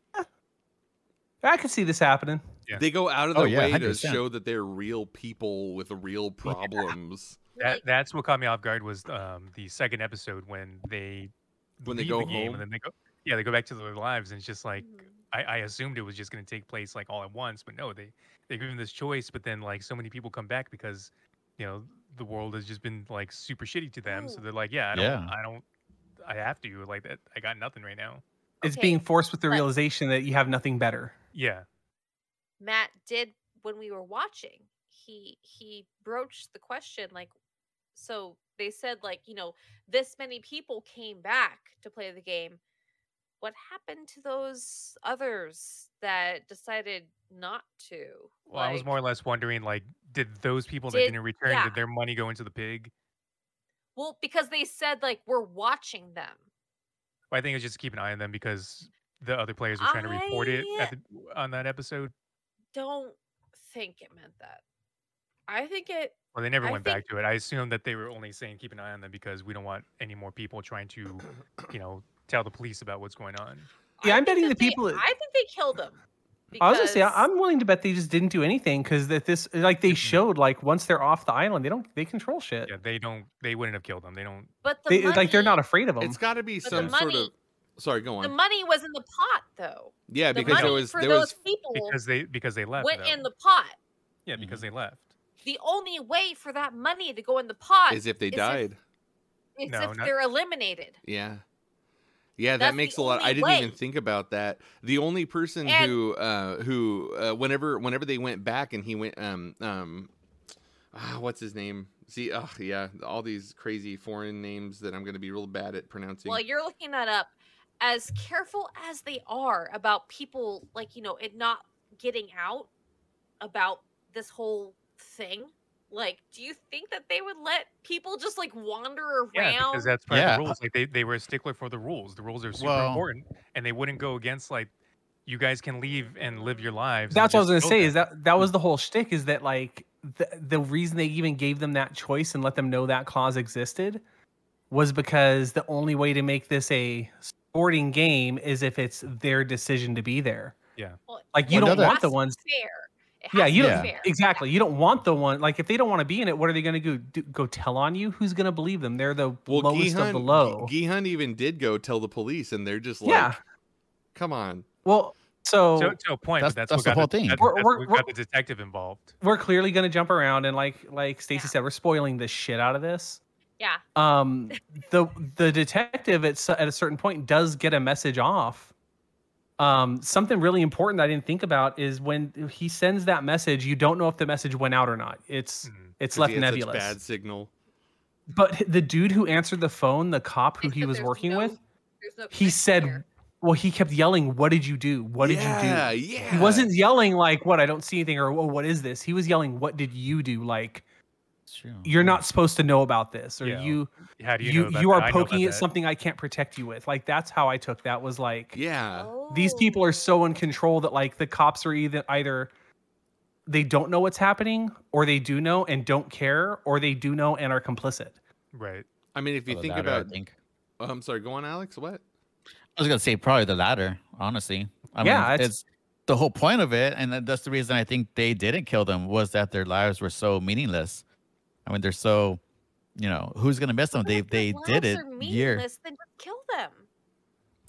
I could see this happening.
Yeah.
They go out of
Oh,
their
yeah,
way to
100%.
show that they're real people with real problems
That
Like,
that's what caught me off guard was um, the second episode when they
when they
leave
go
the game
home.
and then they go yeah they go back to their lives and it's just like
mhm.
I, I assumed it was just going to take place like all at once, but no, they they give him this choice, but then like so many people come back because you know the world has just been like super shitty to them, so
Ooh.
they're like, yeah, I don't,
Yeah.
I don't, I have to like that. I got nothing right now.
it's
Okay,
being forced with the
but-
realization that you have nothing better.
Yeah,
Matt did when we were watching. He he broached the question like so they said like, you know, this many people came back to play the game. What happened to those others that decided not to?
well, I was
Like,
more or less wondering like, did those people that
Did-
didn't return
yeah.
did their money go into the pig?
Well, because they said like we're watching them.
Well, I think it's just to keep an eye on them because the other players were trying to report it
I-
at the, on that episode.
Don't think it meant that. I think it
Well, they never
I
went back to it. I assume that they were only saying keep an eye on them because we don't want any more people trying to, you know, tell the police about what's going on.
Yeah,
I
I'm
think
betting
that
the
they-
people-
I think they killed him. Because
I was gonna say I- I'm willing to bet they just didn't do anything because that this like they showed like once they're off the island they don't they control shit.
Yeah, they don't. They wouldn't have killed them. They don't.
but the
They, like they're
money-
not afraid of them.
It's got to be
But the
some sort
money-
of. Sorry, go on.
The money was in the pot, though.
yeah,
The
because
money
there was
for
there
those
was
people
because they because they left.
went
though.
in Mm-hmm. the pot.
yeah, because they left.
The only way for that money to go in the pot
is if they
is if-
died.
is
No,
if
not-
they're eliminated.
Yeah. Yeah,
That's
that
the
makes a lot. I
only
didn't even
way.
think about that. The only person
And-
who, uh, who, uh, whenever, whenever they went back and he went, um, um, ah, what's his name? See, oh yeah, all these crazy foreign names that I'm going to be real bad at pronouncing.
While you're looking that up, as careful as they are about people, like, you know, it not getting out about this whole thing, like, do you think that they would let people just like wander
Yeah,
around?
because that's part
Yeah.
of the rules. Like they, they were a stickler for the rules. The rules are super
Well-
important, and they wouldn't go against like you guys can leave and live your lives. and
That's what I was
just
gonna
kill
say.
them."
Is that that was the whole shtick? Is that like the the reason they even gave them that choice and let them know that clause existed was because the only way to make this a sporting game is if it's their decision to be there.
Well,
Like
it
you
Another-
don't want
has
the
to be
ones.
fair. It
Yeah,
has to
you
be
don't-
fair.
Exactly. You don't want the one. Like if they don't want to be in it, what are they gonna go do, go tell on you? Who's gonna believe them? They're the lowest of
Gi-
the low.
Gihan even did go tell the police, and they're just like,
yeah.
"Come on."
Well, so
to, to a point.
That's-
but that's,
that's
what
the
got
whole thing.
That's,
We're-
that's
we're-
what got
we're-
the detective involved.
we're clearly going to jump around and like like Stacy
Yeah.
said, we're spoiling the shit out of this.
Yeah.
Um, the the detective at s- at a certain point does get a message off. Um, something really important I didn't think about is when he sends that message, you don't know if the message went out or not. It's
Mhm.
it's
Hmm. 'cause
left
he had such
nebulous.
bad signal.
But h- the dude who answered the phone, the cop who
They
he
said
was
there's
working
no-
with,
there's no
he
connection
said,
there.
well, he kept yelling, "What did you do? What did you do?"
yeah, you do? Yeah,
He wasn't yelling like, "What? I don't see anything," or "Whoa, what is this?" He was yelling, "What did you do?" Like,
It's true.
you're not supposed to know about this or
Yeah,
you
How do
you
you
you,
know about
are
that? I know about
poking at
that.
something i can't protect you with like that's how i took that was like
Yeah,
these people
Oh.
are so in control that like the cops are either either they don't know what's happening or they do know and don't care or they do know and are complicit
Right.
I mean, if you
Well, the
think
latter, I
about,
think.
oh, I'm sorry, go on, Alex. What?
I was gonna say probably the latter, honestly. I
Yeah,
mean,
it's-
it's the whole point of it, and that- that's the reason I think they didn't kill them was that their lives were so meaningless. I mean, they're so, you know, who's gonna miss them?
But
They
if their
they
lives
did it.
are
Year.
meaningless, Then just kill them.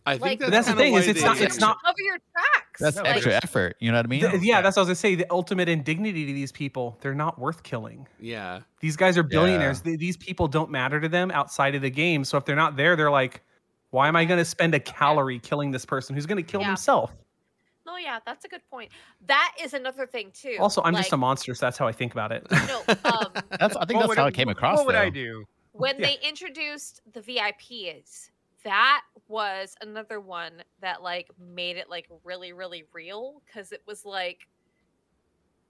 I think
Like- But
that's the
kinda
thing, is
why
it's
they
not-
did
it's
it.
not-
cover your tracks.
That's
No, but
extra
it's-
effort. You know what I mean?
Th- yeah
yeah.
that's what i was gonna say the ultimate indignity to these people they're not worth killing
Yeah,
these guys are billionaires Th- these people don't matter to them outside of the game so if they're not there they're like why am i gonna spend a calorie killing this person who's gonna kill
Yeah.
himself
No, oh, yeah, that's a good point. That is another thing too.
Also, I'm just a
like,
monster, so that's how I think about it.
No, um,
That's I think
What
that's
would
how
I-
it came across.
What would I
though.
do?
when
Yeah.
they introduced the VIPs, that was another one that like made it like really, really real because it was like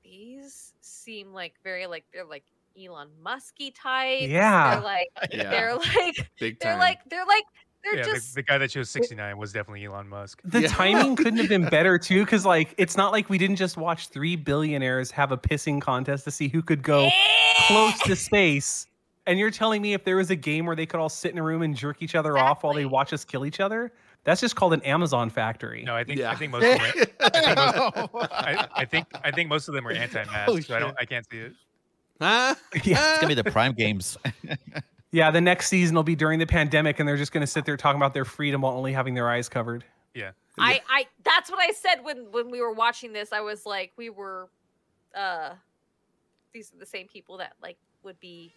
these seem like very like they're like Elon Musky types.
Yeah.
they're like
yeah,
they're like
big time.
they're like they're like they're
Yeah, the-
just
the, guy that chose 69 was definitely Elon Musk.
The
Yeah.
timing couldn't have been better too, because like it's not like we didn't just watch three billionaires have a pissing contest to see who could go close to space. And you're telling me if there was a game where they could all sit in a room and jerk each other off while they
Exactly.
watch us kill each other, that's just called an Amazon factory.
No, I think
yeah.
I think most of them were, I,
it's
I think I think most of them were anti-mask,
Oh,
so I don't
shit.
I can't see it.
Huh?
Yeah.
gonna be the prime games.
Yeah, the next season will be during the pandemic, and they're just going to sit there talking about their freedom while only having their eyes covered.
I, I that's what I said when when we were watching this. I was like, we were, uh, these are the same people that like would be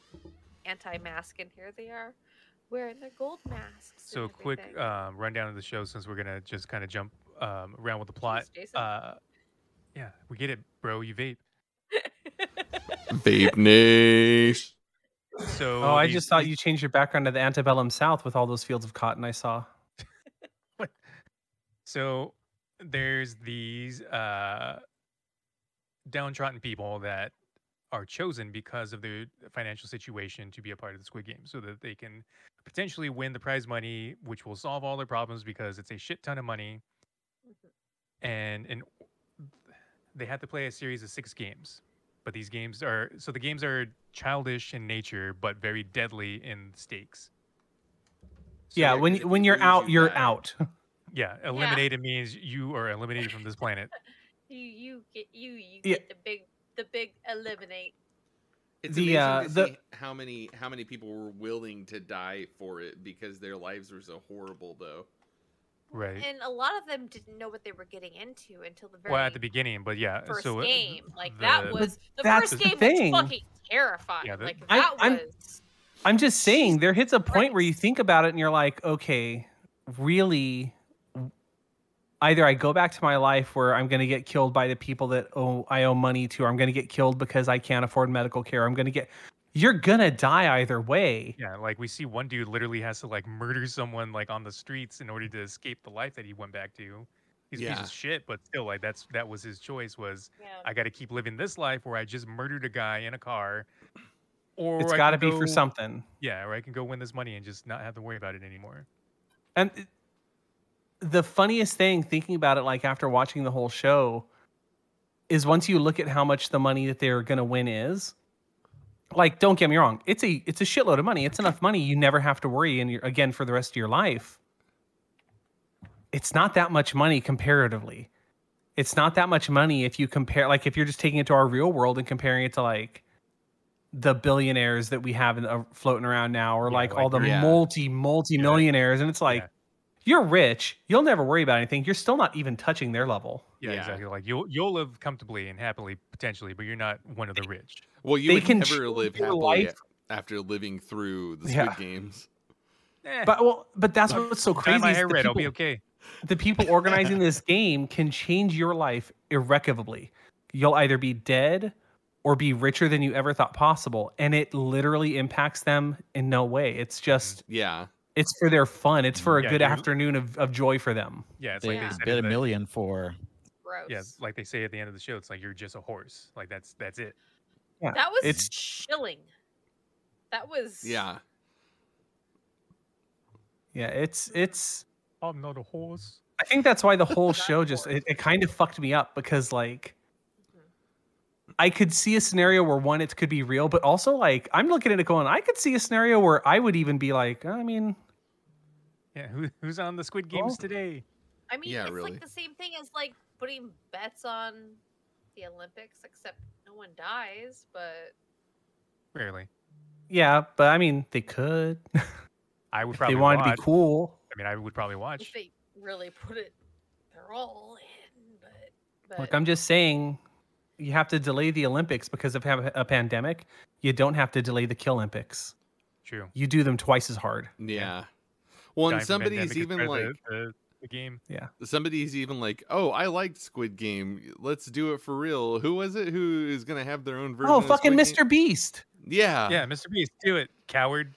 anti-mask, and here they are wearing their gold masks.
So a
and
quick
everything.
um, rundown of the show since we're gonna just kind of jump um, around with the plot.
Jeez, Jason.
Uh, yeah, we get it, bro. You vape.
Vape Nation.
So
Oh, I
these-
just thought you changed your background to the antebellum South with all those fields of cotton I saw.
So there's these uh, downtrodden people that are chosen because of their financial situation to be a part of the Squid Game, so that they can potentially win the prize money, which will solve all their problems because it's a shit ton of money.
Mm-hmm.
And and they have to play a series of six games, but these games are so the games are childish in nature, but very deadly in stakes. So
yeah,
you're-
when
if
when
you
you're
lose,
out,
you
you're
die.
out.
yeah, eliminated means you are eliminated from this planet.
You you get you you
Yeah.
get the big the big eliminate.
It's
The,
amazing
uh,
to
the-
see how many how many people were willing to die for it because their lives were so horrible though.
right?
And a lot of them didn't know what they were getting into until the very
well, at the beginning, but yeah.
first
so uh,
game. Like
the-
that was the
that's
first
the
game
thing.
was fucking terrifying.
Yeah, the-
like
I-
that
I'm-
was
I'm just saying, there hits a point where
Christ.
you think about it and you're like, okay, really, either I go back to my life where I'm going to get killed by the people that owe, I owe money to, or I'm going to get killed because I can't afford medical care. I'm going to get, you're going to die either way.
Yeah, like we see one dude literally has to like murder someone like on the streets in order to escape the life that he went back to. He's a
Yeah.
piece of shit, but still like that's that was his choice was
yeah.
I got to keep living this life where I just murdered a guy in a car, or
it's
I
got to
can
be for
go-
something.
Yeah, or I can go win this money and just not have to worry about it anymore.
And it- the funniest thing thinking about it, like after watching the whole show, is once you look at how much the money that they're gonna win is. Like, don't get me wrong, it's a it's a shitload of money. It's enough money you never have to worry and you're again for the rest of your life. It's not that much money comparatively. It's not that much money if you compare like if you're just taking it to our real world and comparing it to like the billionaires that we have in, uh, floating around now or
Yeah,
like
like
all the
your- Yeah.
multi multi millionaires and it's like
Yeah.
you're rich you'll never worry about anything you're still not even touching their level
Yeah,
Yeah.
exactly. Like you'll you'll live comfortably and happily potentially, but you're not one of the rich.
Well, you
They
would
can
never
choose
live
your
happily
life.
after living through the Squid
Yeah.
Games.
Eh,
but well but that's
Look,
what's so
dye
crazy
my
is
hair
the
red, I'll be
people-
okay.
the people organizing this game can change your life irrevocably. You'll either be dead or be richer than you ever thought possible. And it literally impacts them in no way. It's just,
Yeah.
it's for their fun. It's for a
Mm. Yeah,
good
you're-
afternoon of, of joy for them.
Yeah, it's
They
like
Yeah.
they said
bid a
in the-
million for
gross.
yeah, like they say at the end of the show, it's like you're just a horse. Like that's that's it.
that was
it's-
chilling. That was
Yeah.
Yeah, it's, it's,
I'm not a horse.
I think that's why the whole
That's
show just,
horrible.
it, it kind of fucked me up because like,
Mhm.
Mm-hmm.
I could see a scenario where one, it could be real, but also like, I'm looking at it going, I could see a scenario where I would even be like, I mean,
Yeah, who, who's on the Squid
Well-
Games today?
I mean,
Yeah,
it's
really.
like the same thing as like putting bets on the Olympics, except no one dies. But
Rarely.
yeah, but I mean, they could.
I would
they
probably
wanted
watch.
to be cool.
I mean, I would probably watch.
if they really put it, they're all in. But,
Look,
but
I'm just saying, you have to delay the Olympics because of ha- a pandemic. You don't have to delay the Kill Olympics.
True.
You do them twice as hard.
Yeah. Well,
Dying
and
from
somebody's
pandemic is
even
better
like
than the, the game.
somebody's even like, "Oh, I liked Squid Game. Let's do it for real." Who was it who is going to have their own version?
oh,
of the
fucking
Squid Game?
Mr. Beast. Ah.
Yeah.
yeah, Mr. Beast, do it, coward.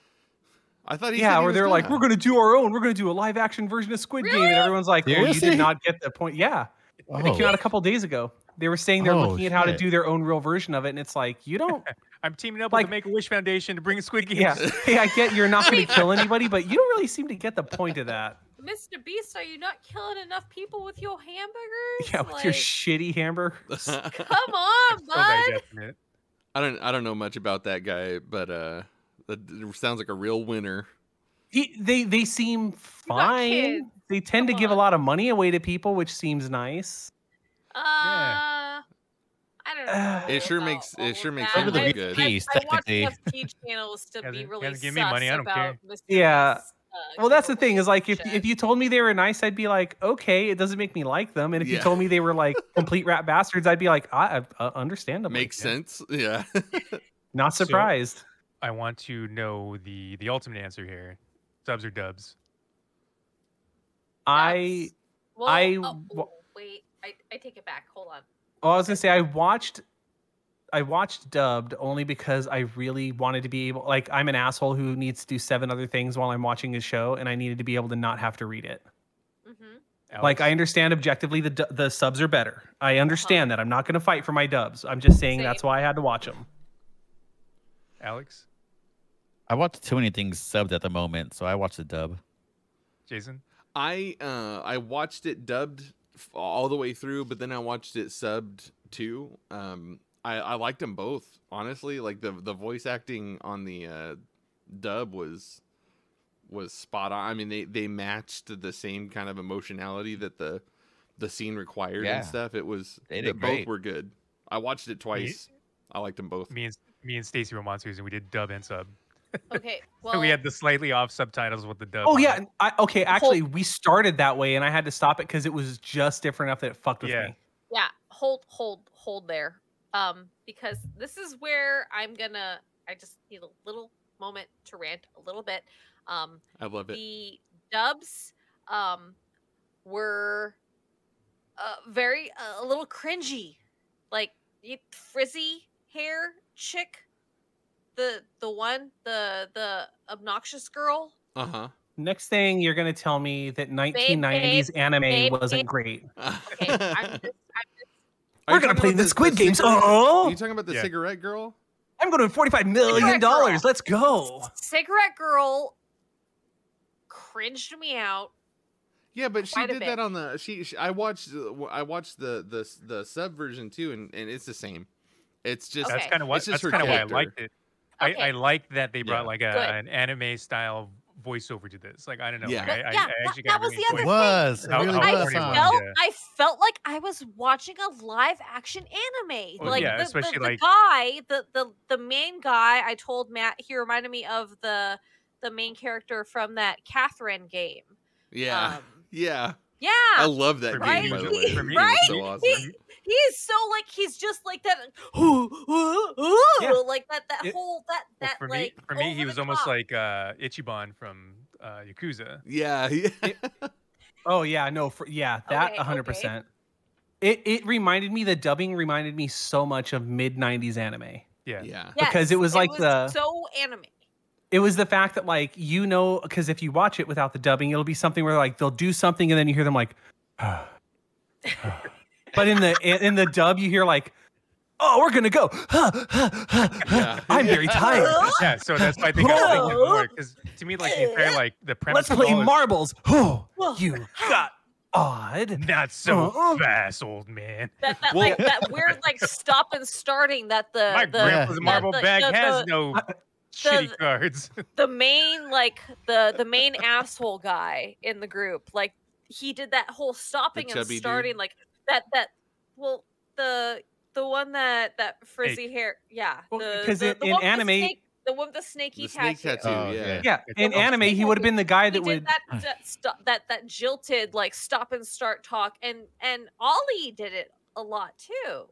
I thought he said
yeah,
he
where
was
they're like,
gonna.
we're going to do our own. We're going to do a live action version of Squid Game. And
Really?
everyone's like, oh, you
Seriously?
did not get the point. Yeah. It came out a couple days ago. They were saying they're
Oh,
looking at how to
shit.
do their own real version of it. And it's like, you don't.
I'm teaming up
Like-
with the Make a Wish Foundation to bring Squid Games.
yeah. Hey, I get you're not going to kill anybody, but you don't really seem to get the point of that.
Mr. Beast, are you not killing enough people with your hamburgers?
Yeah, with your
Like,
shitty hamburgers.
come
I'm
on,
still
bud.
digesting it.
I don't I don't know much about that guy, but uh that d- sounds like a real winner.
He, they they seem
got
fine.
kids.
They tend to
Come
give a
on.
lot of money away to people, which seems nice.
Uh, I don't
Uh,
know.
It sure
about
makes-
all
it
of
sure makes
that.
him look
I-
good.
I,
Beast,
I, watch
technically.
enough Peach channels to
Guys,
be
guys,
really
give me
sus
money, I don't
about
care.
Mr.
Yeah.
Beast's, uh,
Well, that's the
giveaway
thing is like if
shit.
if you told me they were nice, I'd be like, okay, it doesn't make me like them. And if
Yeah.
you told me they were like complete rat bastards, I'd be like, I, I uh, understandable.
Makes sense. Yeah.
Not
So-
surprised.
I want to know the the ultimate answer here. Subs or dubs?
I
That's- well,
I
oh,
wa-
ooh, wait. I, I take it back. Hold on.
well, oh, I was gonna say I watched. I watched dubbed only because I really wanted to be able like I'm an asshole who needs to do seven other things while I'm watching a show and I needed to be able to not have to read it.
Mm-hmm.
Like I
Alex?
understand objectively the du- the subs are better. I understand that. I'm not going to fight for my dubs. I'm just saying that's
Uh-huh. Same.
why I had to watch them.
Alex,
I watch too many things subbed at the moment, so I watch the dub.
Jason.
I uh I watched it dubbed f- all the way through, but then I watched it subbed too. Um I I liked them both, honestly. Like the the voice acting on the uh dub was was spot on. I mean, they they matched the same kind of emotionality that the the scene required
Yeah.
and stuff. It was
They
they
did
both
great.
were good. I watched it twice. I liked them both.
Me and me and Stacy were monsters, and we did dub and sub.
Okay.
So
Well,
we had the slightly off subtitles with the dub.
Oh
on
yeah,
it.
and I, okay. Actually, we started that way, and I had to stop it because it was just different enough that it fucked with
Yeah.
me.
yeah hold hold hold there um because this is where i'm gonna i just need a little moment to rant a little bit um
I love it.
the dubs um were uh, very uh, a little cringy like y- frizzy hair chick the the one the the obnoxious girl
Uh huh.
Next thing you're gonna tell me that 1990s anime
babe,
wasn't
babe.
great.
okay i'm just
We're gonna play the Squid Games.
Are
Oh,
you talking about the
Yeah.
cigarette girl?
I'm going to 45 million
Cigarette girl.
dollars. Let's go.
Cigarette Girl cringed me out.
Yeah, but she
Quite a
did
bit.
that on the she, she. I watched. uh, w- I watched the the s- the sub version too, and and it's the same. It's just
Okay.
That's kind of what.
It's just
That's
her
kind of why I
character.
liked it. I, I
Okay.
liked that they brought
Yeah.
like a,
Good.
an anime style voiceover to this. Like I don't know.
Yeah.
like,
Well,
I,
yeah,
I, I actually
that-
kinda
that was
really
the other
enjoyed
It
it.
was. It
How-
really
how
I
was.
Oh, pretty
huh?
was
felt
yeah.
I felt like I was watching a live action anime.
Well,
like
yeah,
the, the,
especially,
the
like-
guy, the, the the main guy I told Matt he reminded me of the the main character from that Catherine game.
yeah,
Um,
yeah.
yeah.
I
Oh.
love that
For
game.
me,
by the
right?
way.
For me,
It's
right?
so awesome.
He, he is so like he's just like that like that that
It-
whole that
Well,
that
for me,
like
for me, he
over
was
the
almost
top.
like uh, Ichiban from uh, Yakuza.
Yeah, he-
Oh yeah, no, for, yeah, that
Okay,
100. percent It it reminded me the dubbing reminded me so much of mid 90s anime.
Yeah.
yeah.
because it was like the-
so anime.
It was the fact that like you know because if you watch it without the dubbing, it'll be something where like they'll do something and then you hear them like, but in the in in the dub you hear like, oh we're gonna go.
Yeah.
I'm very tired.
Yeah, so that's why I think I like it more because to me, like the entire like the premise.
Let's play
Marvel.
marbles. Oh,
Whoa.
you got odd.
Not so
Uh-huh.
Uh-uh.
fast, old man.
That that,
Well-
like, that weird like stop and starting that the
My
the,
grandpa's
Yeah.
marble
the-
bag
the-
has
the-
no shitty
the-
cards.
the main like the the main asshole guy in the group like he did that whole stopping and
chubby dude?
starting like that that well the the one that that frizzy hair yeah
Well,
the-
because
the,
in-
the
in
one with the
anime-
snake- the one with the snaky
The snake tattoo.
Oh,
yeah.
yeah.
Yeah, in
It's
anime, he would have been the guy
he
that
did
would.
that that, sto- that that jilted like stop and start talk and and ollie did it a lot too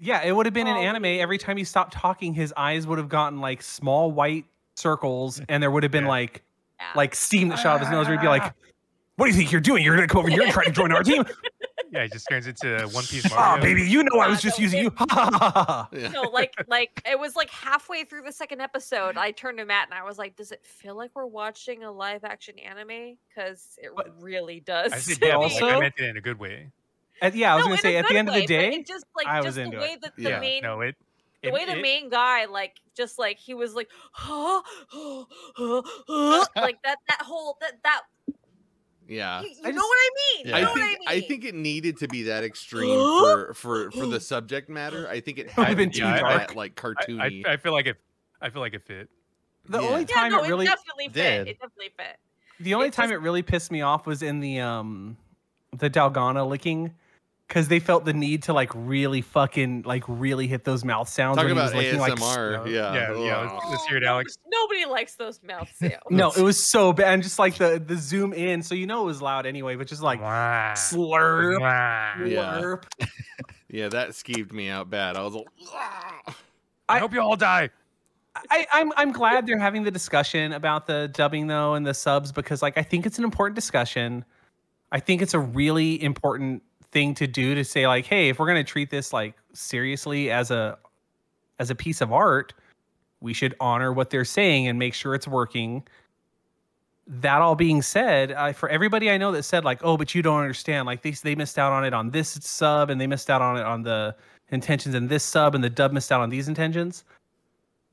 Yeah, it would have been in
Oh.
anime. Every time he stopped talking, his eyes would have gotten like small white circles, and there would have been
Yeah.
like
Yeah.
like steam that shot out of his nose. Where he'd be like, "What do you think you're doing? You're gonna come over here and try to join our team?
Yeah, it just turns into One Piece
Ah,
Mario.
baby, you know I was just
no,
using
it-
you." Ha, ha, ha, ha, ha.
Yeah.
no like like it was like halfway through the second episode i turned to matt and i was like does it feel like we're watching a live action anime because it
But-
really does
I said
to
yeah,
me.
but, like, I
Also-
meant it in a good way.
And yeah, I was
No,
gonna
in
say
a
at the
good
end of
way,
the
but
day,
it just like
I
just
was
the
into it.
way that the
Yeah,
main
No, it.
the
it-
way the
it-
main guy like just like he was like like that that whole that that
yeah.
you, you
I
know
just-
what I mean.
Yeah.
You
I
know
think
what I mean.
I think it needed to be that extreme for for for the subject matter. I think it
would've
had to
been
be
too dark.
that like
I-
cartoony.
I, I feel like it. I feel like it fit.
the
Yeah.
only
yeah,
time
no,
it really
definitely
did.
fit. It definitely fit.
The only
It
time
just-
it really pissed me off was in the um the Dalgana licking because they felt the need to like really fucking like really hit those mouth sounds.
Talk
when he was
about
licking, like,
ASMR.
No,
yeah.
yeah, yeah,
Ugh.
Let's- let's hear it,
Oh,
Alex.
Nobody, nobody likes those mouth sounds.
no, it was so bad. And just like the the zoom in, so you know it was loud anyway, but just like
Mwah,
slurp,
mwah.
Yeah.
slurp.
Yeah, that skeeved me out bad. I was like, "Ugh."
I
I-
hope you all die.
I, I'm I'm glad they're having the discussion about the dubbing though and the subs because like I think it's an important discussion. I think it's a really important thing to do to say like, hey, if we're gonna treat this like seriously as a as a piece of art, we should honor what they're saying and make sure it's working. That all being said, I, for everybody I know that said like, oh, but you don't understand, like they they missed out on it on this sub and they missed out on it on the intentions in this sub and the dub missed out on these intentions.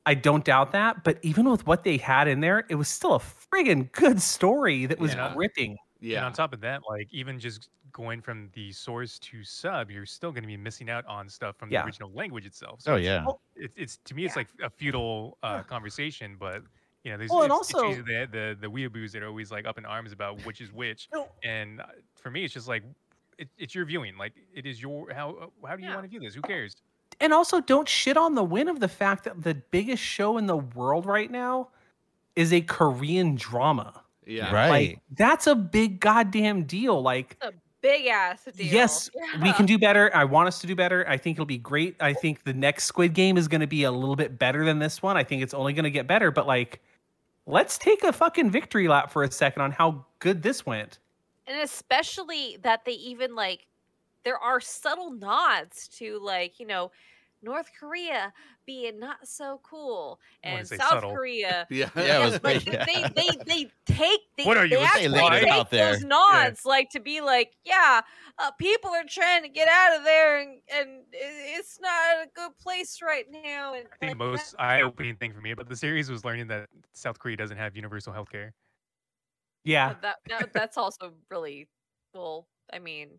I don't doubt that, but even with what they had in there, it was still a friggin' good story that was
Yeah.
gripping.
And
yeah,
on top of that, like even just going from the source to sub, you're still going to be missing out on stuff from
Yeah.
the original language itself. So
Oh yeah.
it's, it's to me, it's like a futile uh, conversation. But you know, there's
Well, and
it's- it's
also-
usually the, the the weeaboos that are always like up in arms about which is which.
No.
And uh, for me, it's just like it, it's your viewing. Like it is your how how do you
Yeah.
want to view this? Who cares?
and also don't shit on the win of the fact that the biggest show in the world right now is a Korean drama.
Yeah.
Right.
Like that's a big goddamn deal. Like
Big ass deal.
yes, we
Yeah.
can do better. I want us to do better. I think it'll be great. I think the next Squid Game is going to be a little bit better than this one. I think it's only going to get better, but like let's take a fucking victory lap for a second on how good this went.
and especially that they even like there are subtle nods to like you know north korea being not so cool
I wouldn't
and
say
south
subtle.
korea
Yeah.
Yeah, it was
like
Yeah.
they, they they take they,
What are you,
they
a
actually
slave
take
out there?
those nods like to be like yeah uh, people are trying to get out of there and and i- it's not a good place right now and
I think
like,
the most eye-opening thing for me about the series was learning that South Korea doesn't have universal health care.
Yeah.
that, that that's also really well i mean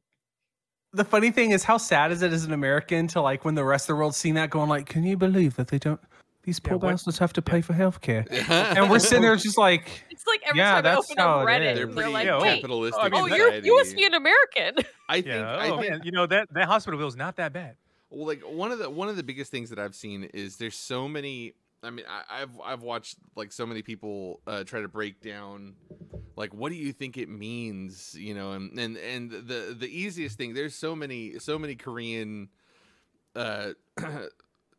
the funny thing is how sad is it as an American to like when the rest of the world's seeing that going like, can you believe that they don't these
Yeah,
poor
what-
bastards have to
yeah.
pay for healthcare? And we're sitting there just like
it's like every
Yeah,
time I
that's
open
how
up
it
Reddit,
is.
They're
and they're
pretty
like,
yeah, well,
"Wait,
capitalistic.
I mean,
oh, you're, you must
society.
be an American."
I think.
yeah.
I
oh
think
man, you know that that hospital bill is not that bad.
Well, like one of the one of the biggest things that I've seen is there's so many. I mean, I, I've I've watched like so many people uh, try to break down, like what do you think it means, you know, and and and the the easiest thing there's so many so many Korean, uh,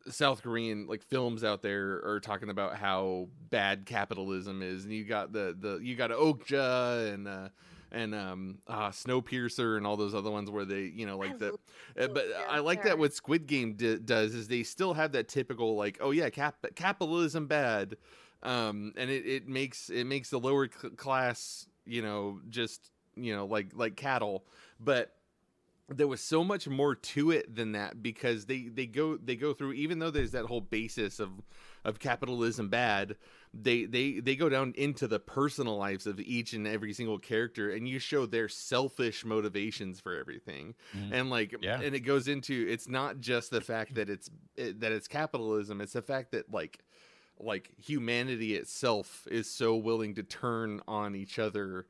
South Korean like films out there are talking about how bad capitalism is, and you got the the you got Okja and uh, and um uh, Snowpiercer and all those other ones where they you know like the uh, but
Yeah,
I like
sure.
that what Squid Game d- does is they still have that typical like, oh yeah, cap- capitalism bad, um, and it, it makes it makes the lower cl- class, you know, just you know like like cattle, but there was so much more to it than that because they they go they go through even though there's that whole basis of of capitalism bad they they they go down into the personal lives of each and every single character and you show their selfish motivations for everything
Mhm.
and like
Yeah.
and it goes into it's not just the fact that it's it, that it's capitalism it's the fact that like like humanity itself is so willing to turn on each other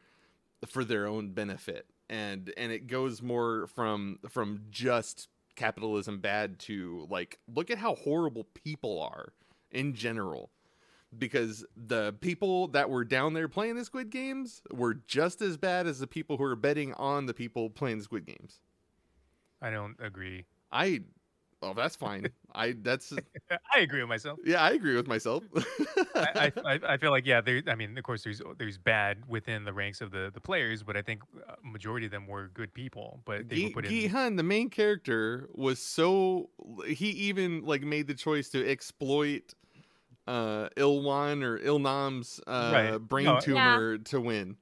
for their own benefit and and it goes more from from just capitalism bad to like look at how horrible people are in general because the people that were down there playing the squid games were just as bad as the people who were betting on the people playing the squid games
I don't agree.
i oh that's fine i that's
Uh, I agree with myself.
yeah i agree with myself
I, I- I, I feel like yeah, there. I mean, of course, there's there's bad within the ranks of the, the players, but I think uh, majority of them were good people. But they were
Gi
put
Gi
in.
Han, the main character, was so he even like made the choice to exploit uh Ilwan or Ilnam's uh
Right.
brain
No, I- Yeah.
tumor to win.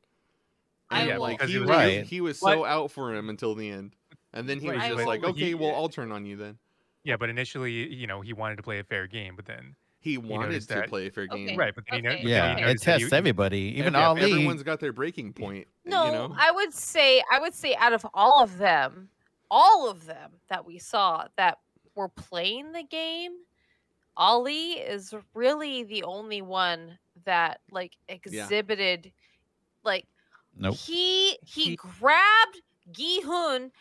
I
And,
Yeah,
like
because
he
he
was,
was-
Right.
he was
But-
so out for him until the end. And then he
Right,
was just
but-
like,
but
Okay,
he-
well I'll turn on you then.
Yeah, but initially, you know, he wanted to play a fair game, but then
He wanted
noticed
to
that.
play a fair game.
Okay.
right, but then he
Okay.
noticed.
yeah,
he
it
noticed that
tests
he-
everybody, even Ali.
Every- Everyone's got their breaking point.
No,
you know?
I would say I would say out of all of them, all of them that we saw that were playing the game, Ollie is really the only one that like exhibited like
nope.
he he
He-
grabbed Gi Hun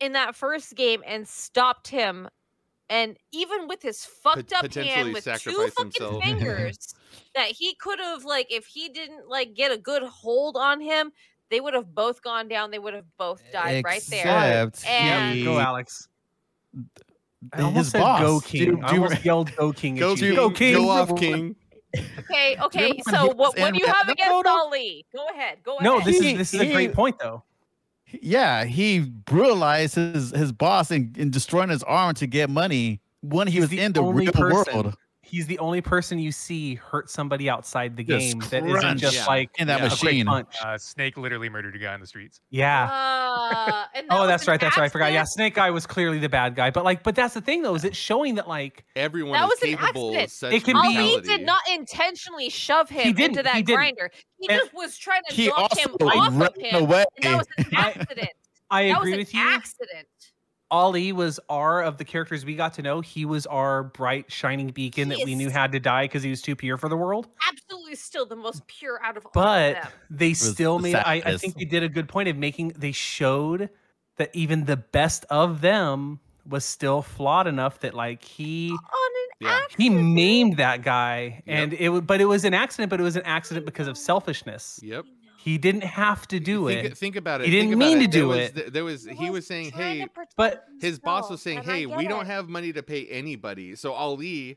in that first game and stopped him. And even with his fucked up
potentially
hand with two
sacrificed
fucking
himself.
fingers, that he could have like if he didn't like get a good hold on him, they would have both gone down. They would have both died right there.
Except
And-
he-
go Alex. I
His
almost said
boss.
go
Do-
king.
do
I
you-
almost yelled go king.
Go
at you.
king,
go king.
go off king.
Okay, okay.
remember when he
So
was
what what
in
do you have against
Minnesota?
Ali? Go ahead. Go
No,
ahead.
this
He-
is this is a
he-
great point though.
Yeah, he brutalized his, his boss in, in destroying his arm to get money when he
He's
was
the
in the
only
real
person
world
He's the only person you see hurt somebody outside the
Just
game that isn't
crunch.
just
Yeah.
like
in that
Yeah.
a quick
machine.
punch.
Uh, Snake literally murdered a guy on the streets.
Yeah.
Uh, and that
Oh,
was
that's
an
right. That's right. I forgot. Yeah,
accident?
Snake Guy was clearly the bad guy, but like, but that's the thing though, is it's showing that like
Everyone
That
is
was an
capable of
accident.
such
It can be-
Ali
brutality.
did not intentionally shove him
didn't,
into that
he didn't.
grinder. He
And
just was trying to
He
knock
also
him off
ran
of him.
away.
And that was an
I-
accident.
I
that was
agree
an
with you.
accident.
Ali was our of the characters we got to know. He was our bright shining beacon
He
that we
is-
knew had to die because he was too pure for the world.
Absolutely, still the most pure out of all of
But
them.
they
was
still made. I, I
sadness.
think they did a good point of making. They showed that even the best of them was still flawed enough that like he
On an
Yeah.
he
accident.
maimed that guy and it wa- but it was an accident but it was an accident because of selfishness
Yep.
he didn't have to do
think,
it
Think about it.
He
Think
didn't
about
mean to
There
do
was
it.
th- there was he was saying, "Hey,
but-
his boss was saying, "Hey, we don't have money to pay anybody." So Ali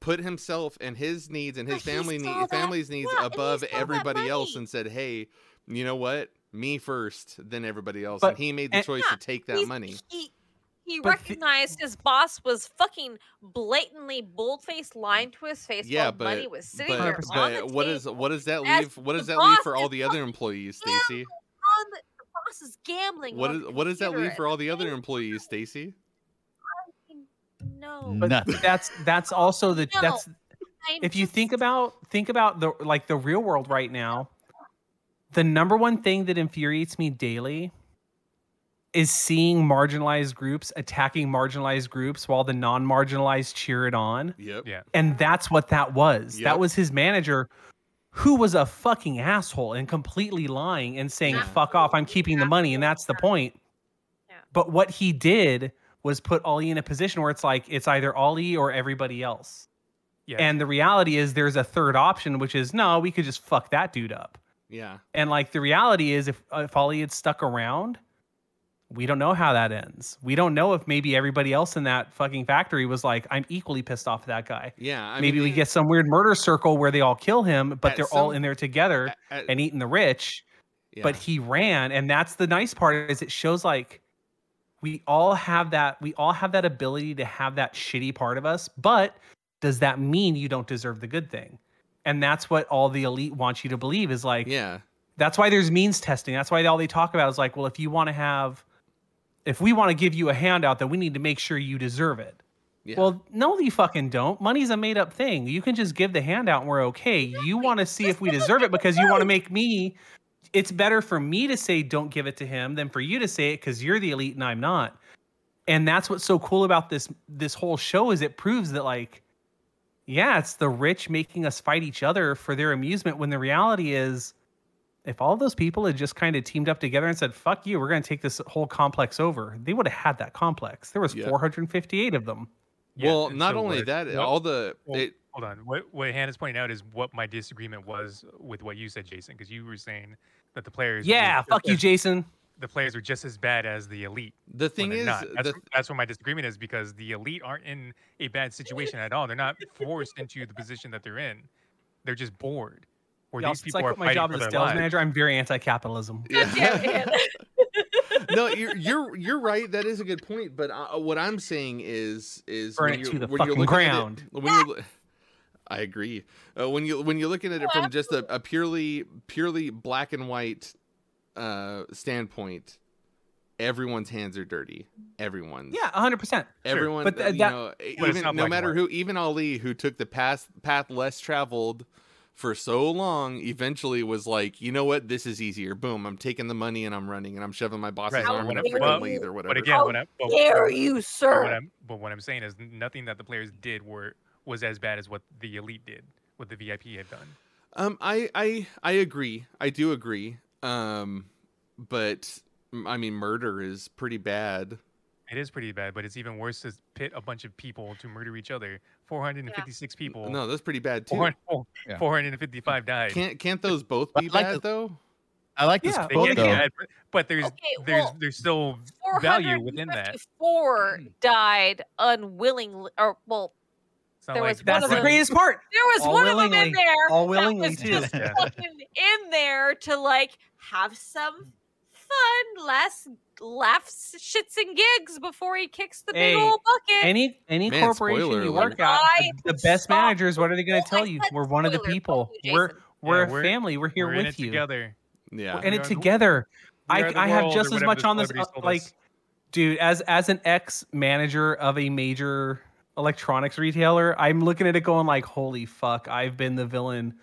put himself and his needs and
But
his
he
family
saw
needs
that-
family's needs
yeah, and he
above
saw that
everybody else
money.
and said, "Hey, you know what? Me first, then everybody else."
But-
and he made the
and-
choice
Yeah,
to take that
He's-
money.
He, he
But the-
recognized his boss was fucking blatantly bold-faced lying to his face
Yeah,
while
but
money was sitting there
but,
Hundred
on the
but what does
table.
what does that
as
leave? What does
the
that leave
boss
for all
is
the other employees,
Yeah,
Stacy?
on the, the boss is gambling.
What
on
is
the
what does that
computer
leave
at
for all the other
table.
employees, Stacy?
No,
but
Nothing.
that's that's also the
No.
that's
I'm
if you
just-
think about think about the like the real world right now the number one thing that infuriates me daily is seeing marginalized groups attacking marginalized groups while the non-marginalized cheer it on
Yep.
Yeah.
and that's what that was
Yep.
that was his manager who was a fucking asshole and completely lying and saying
Yeah.
fuck off i'm keeping the money and that's the point
Yeah.
but what he did was put ollie in a position where it's like it's either ollie or everybody else
Yeah.
and the reality is there's a third option, which is no, we could just fuck that dude up.
Yeah.
And like the reality is if uh, if Ollie had stuck around, we don't know how that ends. We don't know if maybe everybody else in that fucking factory was like, I'm equally pissed off at that guy.
Yeah. I
maybe
mean,
we get some weird murder circle where they all kill him, but
At
they're all
some-
in there together
a- a-
and eating the rich.
yeah.
But he ran, and that's the nice part is it shows like we all have that we all have that ability to have that shitty part of us, but does that mean you don't deserve the good thing? And that's what all the elite wants you to believe is like
yeah.
that's why there's means testing. That's why all they talk about is like, well, if you want to have if we want to give you a handout, then we need to make sure you deserve it.
Yeah.
Well, no, you fucking don't. Money's a made up thing. You can just give the handout and we're okay. You want to see if we deserve it because you want to make me. It's better for me to say don't give it to him than for you to say it because you're the elite and I'm not. And that's what's so cool about this this whole show is it proves that like, yeah, it's the rich making us fight each other for their amusement when the reality is if all those people had just kind of teamed up together and said, fuck you, we're gonna take this whole complex over, they would have had that complex. There was
Yeah.
458 of them.
Yeah,
well,
and
not
so
only
what-
that,
what-
all the
well,
it,
hold on. What what Hannah's pointing out is what my disagreement was with what you said, Jason, because you were saying that the players were
Yeah,
just
fuck you,
as-
Jason.
The players are just as bad as the elite.
the
When
thing
they're
is,
not. That's,
the,
that's what my disagreement is because the elite aren't in a bad situation at all. They're not forced into the position that they're in. They're just bored. Or
Yeah,
these
it's
people
like
are
what my
fighting
job
for
as a
their
sales
lives.
manager. I'm very anti-capitalism.
God damn
yeah.
it.
no, you're you're you're right. That is a good point. But uh, what I'm saying is is
Burn
when
it
you're,
to the
when you're
fucking
looking at it-
ground.
when you're, lo- I agree. Uh, when you when you're looking at it from just a, a purely purely black and white uh, standpoint, everyone's hands are dirty. Everyone's
Yeah, 100. percent
Everyone,
But
but
th-
you
that-
know,
But it's
even
not black
no
and
matter
white.
who, even Ali, who took the path path less traveled for so long, eventually was like, you know what, this is easier. Boom, I'm taking the money and I'm running and I'm shoving my boss's
Right,
arm in
but
a
what-
freaking
but-
lathe or whatever.
But again,
How
what I'm, but,
Dare you,
but what
sir?
I'm but what I'm saying is nothing that the players did were was as bad as what the elite did, what the VIP had done.
um, I I I agree. I do agree. Um, but m- I mean, murder is pretty bad.
It is pretty bad, but it's even worse to pit a bunch of people to murder each other. 456 people.
No, that's pretty bad too.
400
Yeah.
455 died.
Can't can't those both
I
be
like
bad
the-
though?
I like this
Yeah,
They
Well,
quote
can't
though.
be bad, but- but there's
Okay,
there's
well,
there's still value within that.
454
Hmm.
died unwillingly, or well,
It's not
There
like
was
That's
of
the
them-
greatest part.
there was
All
one of them in
willingly.
there
All
that
willingly
was
too.
just
Yeah.
fucking in there to like have some
Hmm.
fun, less laughs, shits and gigs before he kicks the
Hey,
big old bucket.
Any any
Man,
corporation
spoiler
you
alert.
work at,
I
the best
saw-
managers, what are they going
Oh,
to
I
tell you?
said
We're one of the
spoiler. Fuck
people.
you,
We're
Jason.
we're
Yeah,
a
we're-
family. We're here
we're in it
with you.
together.
Yeah,
And
We
it
are the-
together.
We
I
are the
I have
world,
just
or
as
whatever
much
the
on this uh,
celebrities told
like
us.
dude as as an ex manager of a major electronics retailer i'm looking at it going like holy fuck i've been the villain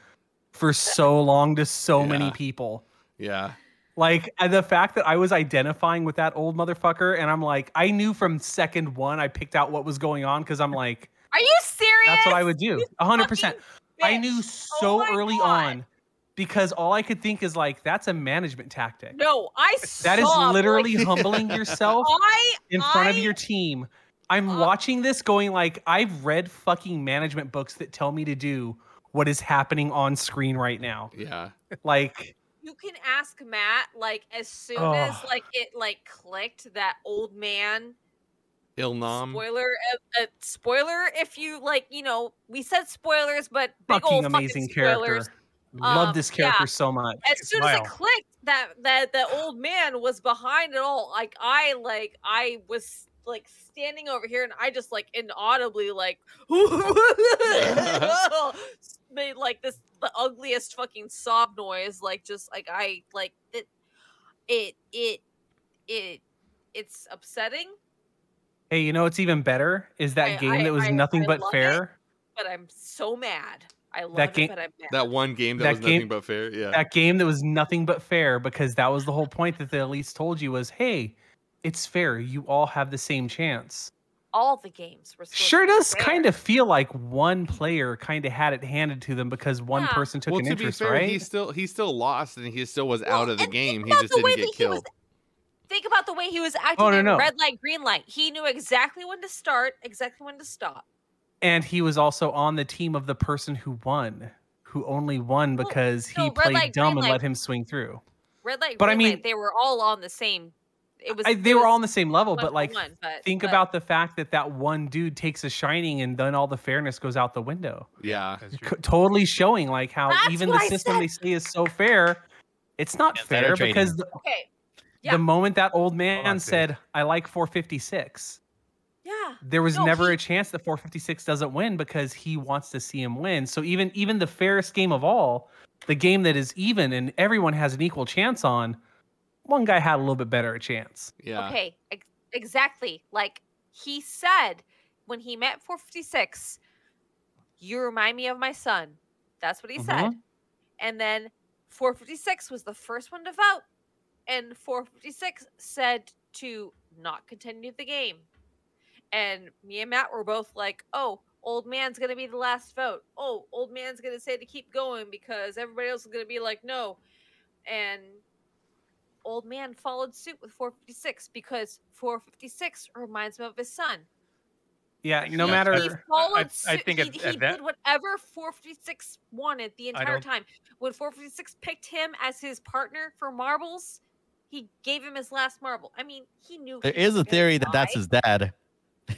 for so long to so
Yeah.
many people
yeah.
like and the fact that i was identifying with that old motherfucker and i'm like i knew from second one i picked out what was going on because i'm like
Are you serious?
that's what i would do 100%
Fucking
i knew
bitch. Oh
so
my
early
God.
on because all I could think is like that's a management tactic.
No, I
That is
sobbed,
literally
like,
humbling yourself
I
in front of
I-
your team. I'm
Uh,
watching this going like I've read fucking management books that tell me to do what is happening on screen right now.
Yeah.
Like
you can ask Matt like as soon
Oh.
as like it like clicked that old man
Ilnam.
spoiler uh, uh, spoiler if you like you know we said spoilers but big
fucking
old
amazing
fucking
character.
spoilers.
Love
Um,
this
yeah.
character so much.
as soon as
Wow.
it clicked that that the old man was behind it all like i like i was like standing over here and i just like inaudibly like made like this the ugliest fucking sob noise like just like i like it it it it it's upsetting
Hey, you know what's even better is that
I-
game
I-
that was
I-
nothing
I
but
love it.
fair.
but i'm so mad i love
That game-
it but i'm mad
That one game that,
That
was
game-
nothing but fair. Yeah.
That game that was nothing but fair because that was the whole point that the elites told you was, "Hey, it's fair. You all have the same chance."
all the games were supposed
Sure
to be
does
fair.
kind of feel like one player kind of had it handed to them because one
Yeah.
person took
well,
an
to
interest,
be fair,
right?
he still he still lost and he still was
Well,
out of the
and think
game. He
about
just
the way
didn't get
that he was
killed.
Think about the way he was acting
Oh, no,
in
no.
red light, green light. He knew exactly when to start, exactly when to stop.
And he was also on the team of the person who won, who only won
Well,
because
no,
he
red
played
light,
dumb
green
and
light.
let him swing through.
Red light,
But I
green
mean-
light. They were all on the same. It was
I, they
it
were
was
all on the same level,
one
but
for
like
one, but-
think
but-
about the fact that that one dude takes a shining and then all the fairness goes out the window.
Yeah.
That's
C-
true.
totally showing like how
That's
even
what
the
I
system
said.
they say is so fair, it's not
Insider
fair
trading.
because the,
okay. Yeah.
the moment that old man
dude.
said, "I like 456,"
Yeah.
there was
No,
never
he-
a chance that 456 doesn't win because he wants to see him win. So even even the fairest game of all, the game that is even and everyone has an equal chance on, one guy had a little bit better a chance.
Yeah.
Okay. Ex- exactly. Like he said when he met 456, you remind me of my son. That's what he
Mhm.
said. And then 456 was the first one to vote. And 456 said to not continue the game. And me and Matt were both like, oh, old man's going to be the last vote. Oh, old man's going to say to keep going because everybody else is going to be like, no. And old man followed suit with 456 because 456 reminds him of his son.
Yeah, no
He-
matter
He followed
I
suit.
think
he,
at-
he
at that-
did whatever 456 wanted the entire
don't-
time. When 456 picked him as his partner for marbles, he gave him his last marble. I mean, he knew.
There
he was
is a
gonna
theory that that's
die.
his dad,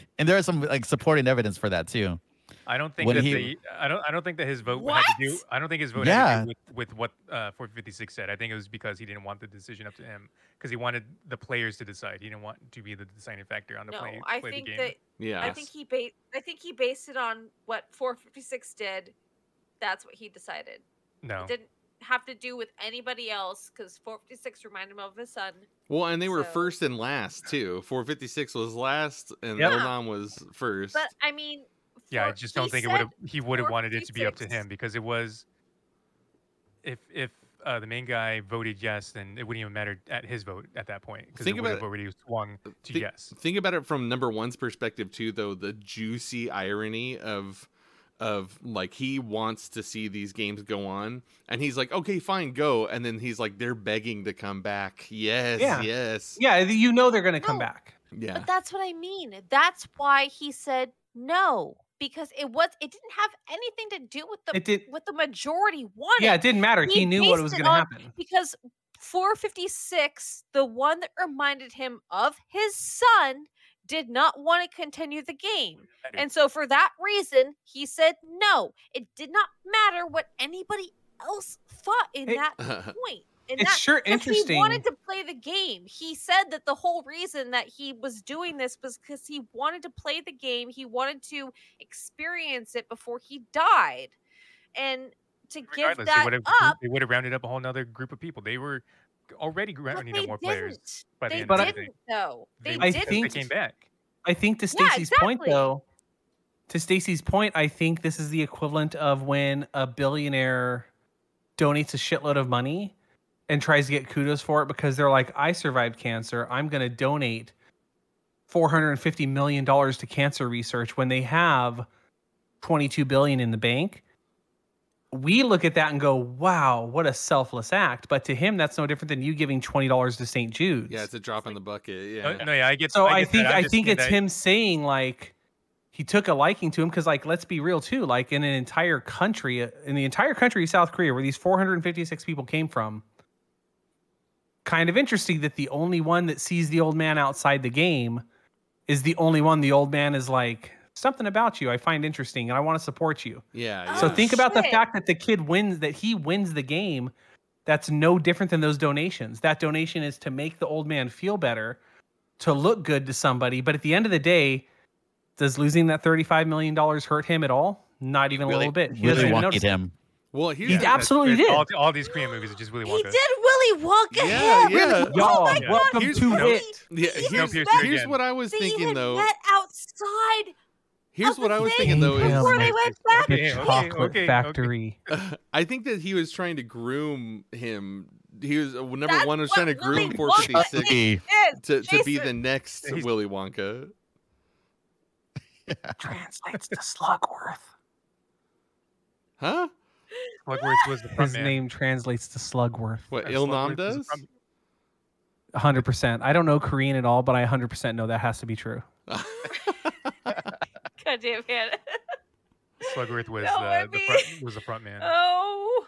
and there is some like supporting evidence for that too.
I don't think
When
that
he-
the I don't I don't think that his vote had to do
What?
I don't think his vote
Yeah.
had to do with, with what uh, 456 said. I think it was because he didn't want the decision up to him because he wanted the players to decide. He didn't want to be the deciding factor on the
No,
play,
I
play
think
the game.
that
Yeah.
I think he ba- I think he based it on what 456 did. That's what he decided.
no.
It didn't have to do with anybody else because 456 reminded him of his son.
Well, and they were
So-
first and last too. 456 was last, and
Yep.
yep. was first.
But I mean,
Yeah, I
for-
just
he
don't think it
said
would have. He would have wanted it to be up to
456.
him because it was. If if uh, the main guy voted yes, then it wouldn't even matter at his vote at that point because it
Think
would
about
have
it-
already swung to
thi-
yes.
Think about it from number one's perspective too, though. The juicy irony of of like he wants to see these games go on, and he's like, "Okay, fine, go." And then he's like, "They're begging to come back." Yes,
Yeah.
yes,
yeah, you know they're going to come
No.
back.
yeah.
But that's what I mean. That's why he said no because it was it didn't have anything to do with the
It did
what the majority wanted.
Yeah, it didn't matter. He,
He
knew what
based
was
it
going to
on-
happen.
because 456, the one that reminded him of his son, did not want to continue the game. And so for that reason, he said no. It did not matter what anybody else thought in
It-
that point. In
It's
that
sure
because
interesting.
He wanted to play the game. He said that the whole reason that he was doing this was because he wanted to play the game. He wanted to experience it before he died, and to give
they
that
would have
up.
they would have rounded up a whole nother group of people. They were already
But
rounding
they
up more
didn't.
players by the
they
end
But
of
I-
the day.
didn't though. They
because
I
didn't.
think-
they came back.
I think to
Yeah,
Stacy's point
exactly.
though, to Stacy's point, I think this is the equivalent of when a billionaire donates a shitload of money and tries to get kudos for it because they're like, I survived cancer. I'm going to donate $450 million to cancer research when they have 22 billion in the bank. we look at that and go, "Wow, what a selfless act!" But to him, that's no different than you giving twenty dollars to St. Jude's.
Yeah, it's a drop in the bucket.
Oh,
No,
Yeah.
no, yeah, I get.
so I,
get that.
think
I'm
I
just
think
saying
it's
that-
him saying like he took a liking to him because like let's be real too like in an entire country uh, in the entire country of South Korea where these 456 people came from. Kind of interesting that the only one that sees the old man outside the game is the only one the old man is like something about you I find interesting and I want to support you.
Yeah.
So
Oh,
think about the
shit.
fact that the kid wins, that he wins the game. That's no different than those donations. That donation is to make the old man feel better, to look good to somebody. But at the end of the day, does losing that $35 million hurt him at all? Not even a
Really-
little bit. He doesn't
really
even
wanted
notice.
him.
Well,
He
here's
that's-
absolutely
it's
did.
All, all these Korean movies are just Willy
He
Wonka.
did Willy Wonka.
Yeah,
him!
yeah.
Y'all,
Oh my
God,
welcome
here's
to
no-
it.
yeah,
He was
here's,
met-
here's what I was
They
thinking
had
though.
met outside.
Here's
of
what
the
I was
thing
thinking though is
before
they went back.
The
Okay, okay,
chocolate
okay, okay.
factory.
I think that he was trying to groom him. He was uh, number
That's
one was
what
trying to groom
Willy
four
Wonka
fifty six
is.
Hey,
Yes,
to, to be the
Jason.
next
He's-
Willy Wonka.
Translates to Slugworth.
Huh?
Slugworth was the front
His
man.
name translates to Slugworth.
What
Uh,
Il Nam
Slugworth was the
does?
front-
100%. I don't know Korean at all, but I 100% know that has to be true.
God damn it.
Slugworth was
No, I
the, the
mean-
front, was the front man.
Oh.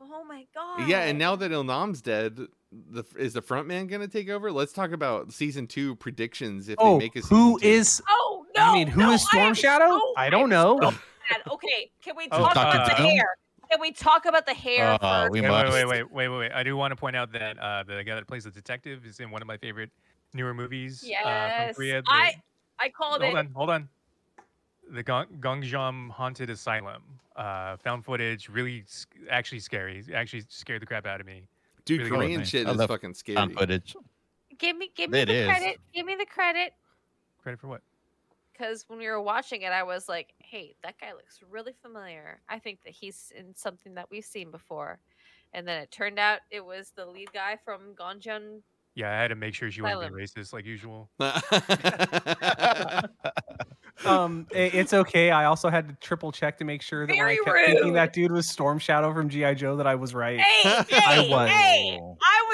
Oh my god.
yeah, and now that Il Nam's dead, the is the front man gonna take over? Let's talk about season two predictions if
Oh,
they make a season
who
two.
is
Oh no.
I mean, who is
no,
Storm
am
Shadow?
so
I don't
mad.
know.
Okay, can we
Oh,
talk
Dr.
about the
Doom?
hair? Can we talk about the
Oh,
hair
Uh,
first?
we
Wait,
must.
wait, wait, wait, wait, wait, wait. I do want to point out that uh, the guy that plays the detective is in one of my favorite newer movies uh, from
Yes.
Korea. the-
I I called
hold
it.
on, hold on. The Gong- Gongjam Haunted Asylum. Uh, found footage, really, s- actually scary. It Actually scared the crap out of me.
dude
really
Korean
good.
shit
I
is
love
fucking scary.
Found footage.
Give me give me
It
the
is.
credit. Give me the credit.
Credit for what?
Because when we were watching it, I was like, hey, that guy looks really familiar. I think that he's in something that we've seen before. And then it turned out it was the lead guy from Gonjun.
Yeah, I had to make sure she wasn't being
Asylum.
racist like usual.
um, i- it's okay. I also had to triple check to make sure that when I
Very
kept thinking
rude.
that dude was Storm Shadow from GI Joe, that I was right.
Hey, hey,
was.
hey! I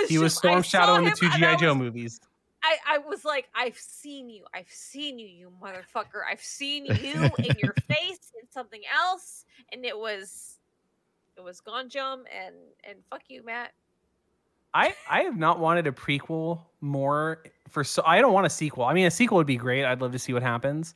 was
he was
just- I
Storm Shadow
saw
in the
him
two
and
GI
I
Joe
was-
movies.
I, I was like, I've seen you. I've seen you, you motherfucker. I've seen you in your face in something else. And it was it was Gonjum and and fuck you, Matt.
I I have not wanted a prequel more for so I don't want a sequel. I mean, a sequel would be great. I'd love to see what happens.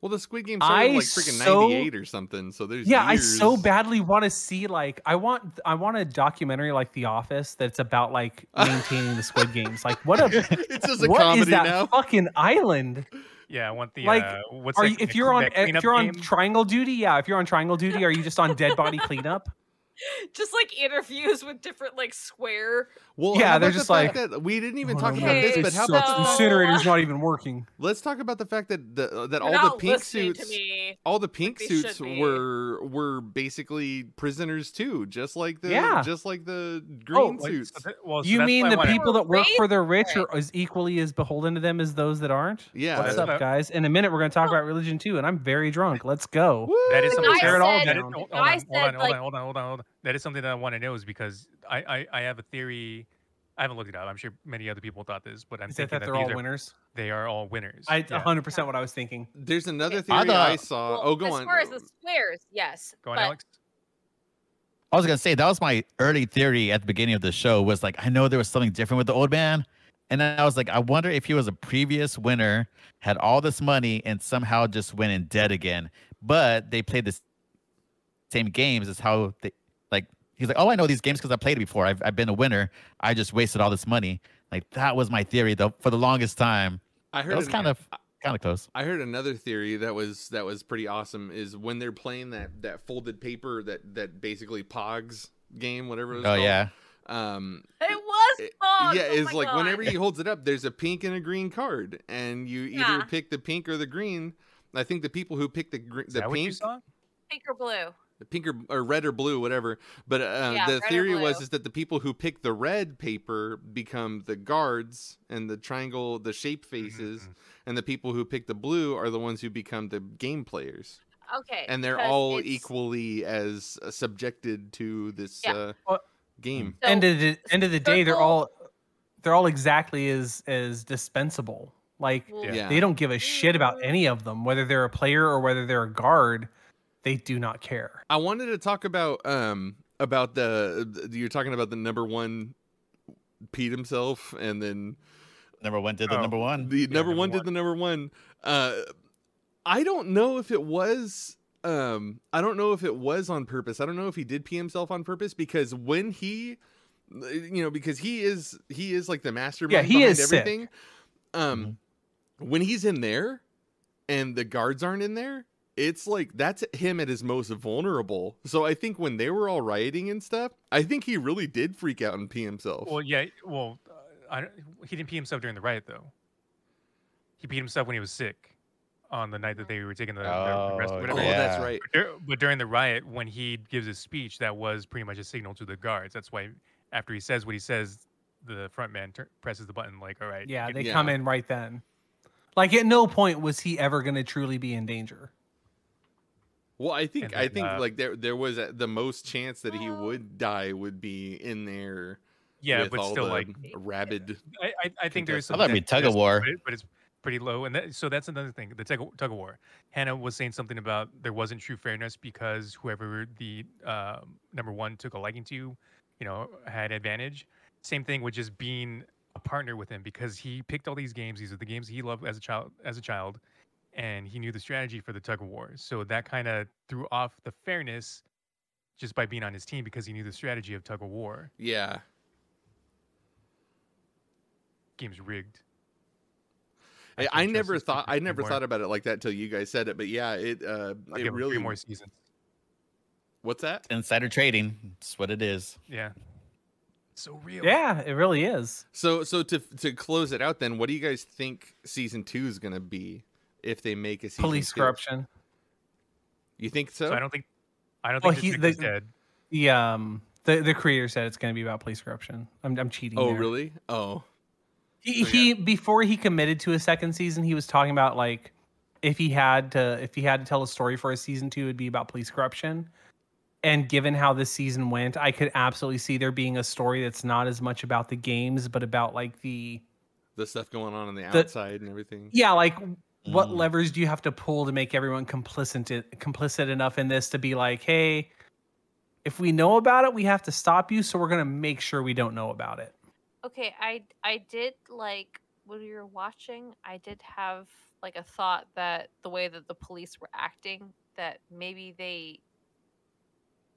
well, the Squid Game
I
started in, like freaking
so-
ninety eight or something. So there's
Yeah, I so
years.
badly want to see like I want I want a documentary like The Office that's about like maintaining the Squid Games. Like what a
it's just a
what is
comedy
that
now.
fucking island?
Yeah, I want the
Like,
uh, what's
Are
that-
you,
that-
if you're on
that
if
cleanup
you're on
game?
triangle duty? Yeah, if you're on triangle duty, are you just on dead body cleanup?
Just like interviews with different like square
Well,
Yeah,
how
they're
about the
just
fact
like,
that we didn't even
Oh,
talk
no,
about
no,
this,
It
but how
sucks.
about the
sucks.
fact-
incinerator's not even working?
let's talk about the fact that the uh, that
You're
all the
not
pink
listening to
suits
me.
all the pink
they should
suits
be.
were were basically prisoners too, just like the
Yeah. Oh,
just like the green
Like,
suits.
so that- well, Oh, so
you
that's
mean
why I
the
wanna-
people that work for the rich
Right.
are as equally as beholden to them as those that aren't?
yeah.
What's
that's
up,
what-
guys? In a minute, we're going to talk about religion too, and I'm very drunk. Let's go.
Woo!
That
Like
is something.
I
tear it all
said-
down. Hold
like
I
on, hold on,
said,
hold
like-
on, hold on, hold on, hold on. That is something that I want to know is because I, I, I have a theory. I haven't looked it up. I'm sure many other people thought this, but I'm
Is that
thinking
that
that,
they're
these
all
are-
winners?
they are all winners.
I
Yeah.
100% what I was thinking.
There's another
Okay.
theory I,
I thought-
saw.
Well,
oh, go
as
on.
far as the squares, yes.
Go on,
but
Alex.
I was gonna say that was my early theory at the beginning of the show was like I know there was something different with the old man, and then I was like I wonder if he was a previous winner, had all this money, and somehow just went in debt again. But they played the s- same games as how they like. He's like, oh, I know these games because I played it before. I've I've been a winner. I just wasted all this money. Like that was my theory though for the longest time.
I
That
heard
was
an-
kind of kind of close.
I heard another theory that was that was pretty awesome is when they're playing that that folded paper that that basically Pogs game, whatever it was
Oh
called.
yeah,
Um,
it was
it-
fun.
yeah,
oh
it's
my
like
God.
whenever he holds it up, there's a pink and a green card, and you either
Yeah.
pick the pink or the green. I think the people who pick the gr-
Is
the
that what you
pink,
saw?
pink or blue.
the pink or, or red or blue, whatever. But uh,
Yeah,
the
red or
theory was
blue.
is that the people who pick the red paper become the guards and the triangle, the shape faces,
Mhm.
and the people who pick the blue are the ones who become the game players.
Okay.
and they're
'cause
all
it's-
equally as uh, subjected to this
Yeah.
uh,
Well-
game.
So,
end of the end of the day, they're
circle-
all they're all exactly as as dispensable. Like
well,
Yeah.
Yeah.
they don't give a shit about any of them, whether they're a player or whether they're a guard. They do not care.
I wanted to talk about um about the th- you're talking about the number one peed himself and then
Number one did the
Oh.
number one.
the number
number
one did
one.
the number one. Uh I don't know if it was um I don't know if it was on purpose. I don't know if he did pee himself on purpose because when he you know because he is he is like the mastermind
he
behind
is sick.
everything. Um when he's in there and the guards aren't in there, it's like that's him at his most vulnerable. So I think when they were all rioting and stuff, I think he really did freak out and pee himself.
Well, yeah. Well, uh, I, don't- he didn't pee himself during the riot though. He peed himself when he was sick, on the night
Mm-hmm.
that they were taking the, the rest.
Oh,
oh,
Whatever.
yeah.
that's right.
But dur- But during the riot, when he gives his speech, that was pretty much a signal to the guards. That's why after he says what he says, the front man tur- presses the button like, "All right,
Yeah,
get
they
Yeah.
come in right then. Like at no point was he ever going to truly be in danger.
Well, I think
And
I
then,
think
uh,
like there there was a, the most chance that he
Well-
would die would be in there.
Yeah,
with
but
all
still,
the
like,
rabid.
I, I, I think
contested. I
there's some.
thought
it'd be
that-
tug of
there's some
war.
to it, but it's pretty low. And that, so that's another thing. The tug, tug of war. Hannah was saying something about there wasn't true fairness because whoever the um number one took a liking to, you know, had advantage. Same thing with just being a partner with him because he picked all these games. These are the games he loved as a child. As a child, and he knew the strategy for the tug of war. So that kind of threw off the fairness just by being on his team because he knew the strategy of tug of war.
Yeah.
Game's rigged.
I, I
That's interesting.
never
It's
thought I
interesting
never
more.
thought about it like that till you guys said it, but yeah, it uh
I'll
it
give him
really
three more seasons.
What's that?
Insider trading. That's what it is.
Yeah. So real.
Yeah, it really is.
So so to to close it out then, what do you guys think season 2 is going to be if they make a season
Police
two?
corruption.
You think so?
So I don't think I don't
Well,
think this
he-
chick is
the-
dead.
The um the, the creator said it's going to be about police corruption. I'm I'm cheating.
oh,
there.
really? Oh.
He,
So, yeah.
he before he committed to a second season, he was talking about like if he had to if he had to tell a story for a season two, it'd be about police corruption. And given how this season went, I could absolutely see there being a story that's not as much about the games, but about like the
The stuff going on on the
The-
outside and everything.
yeah, like what
Mm.
levers do you have to pull to make everyone complicit complicit enough in this to be like, hey, if we know about it, we have to stop you, so we're gonna make sure we don't know about it.
Okay, I I did like when we were watching, I did have like a thought that the way that the police were acting, that maybe they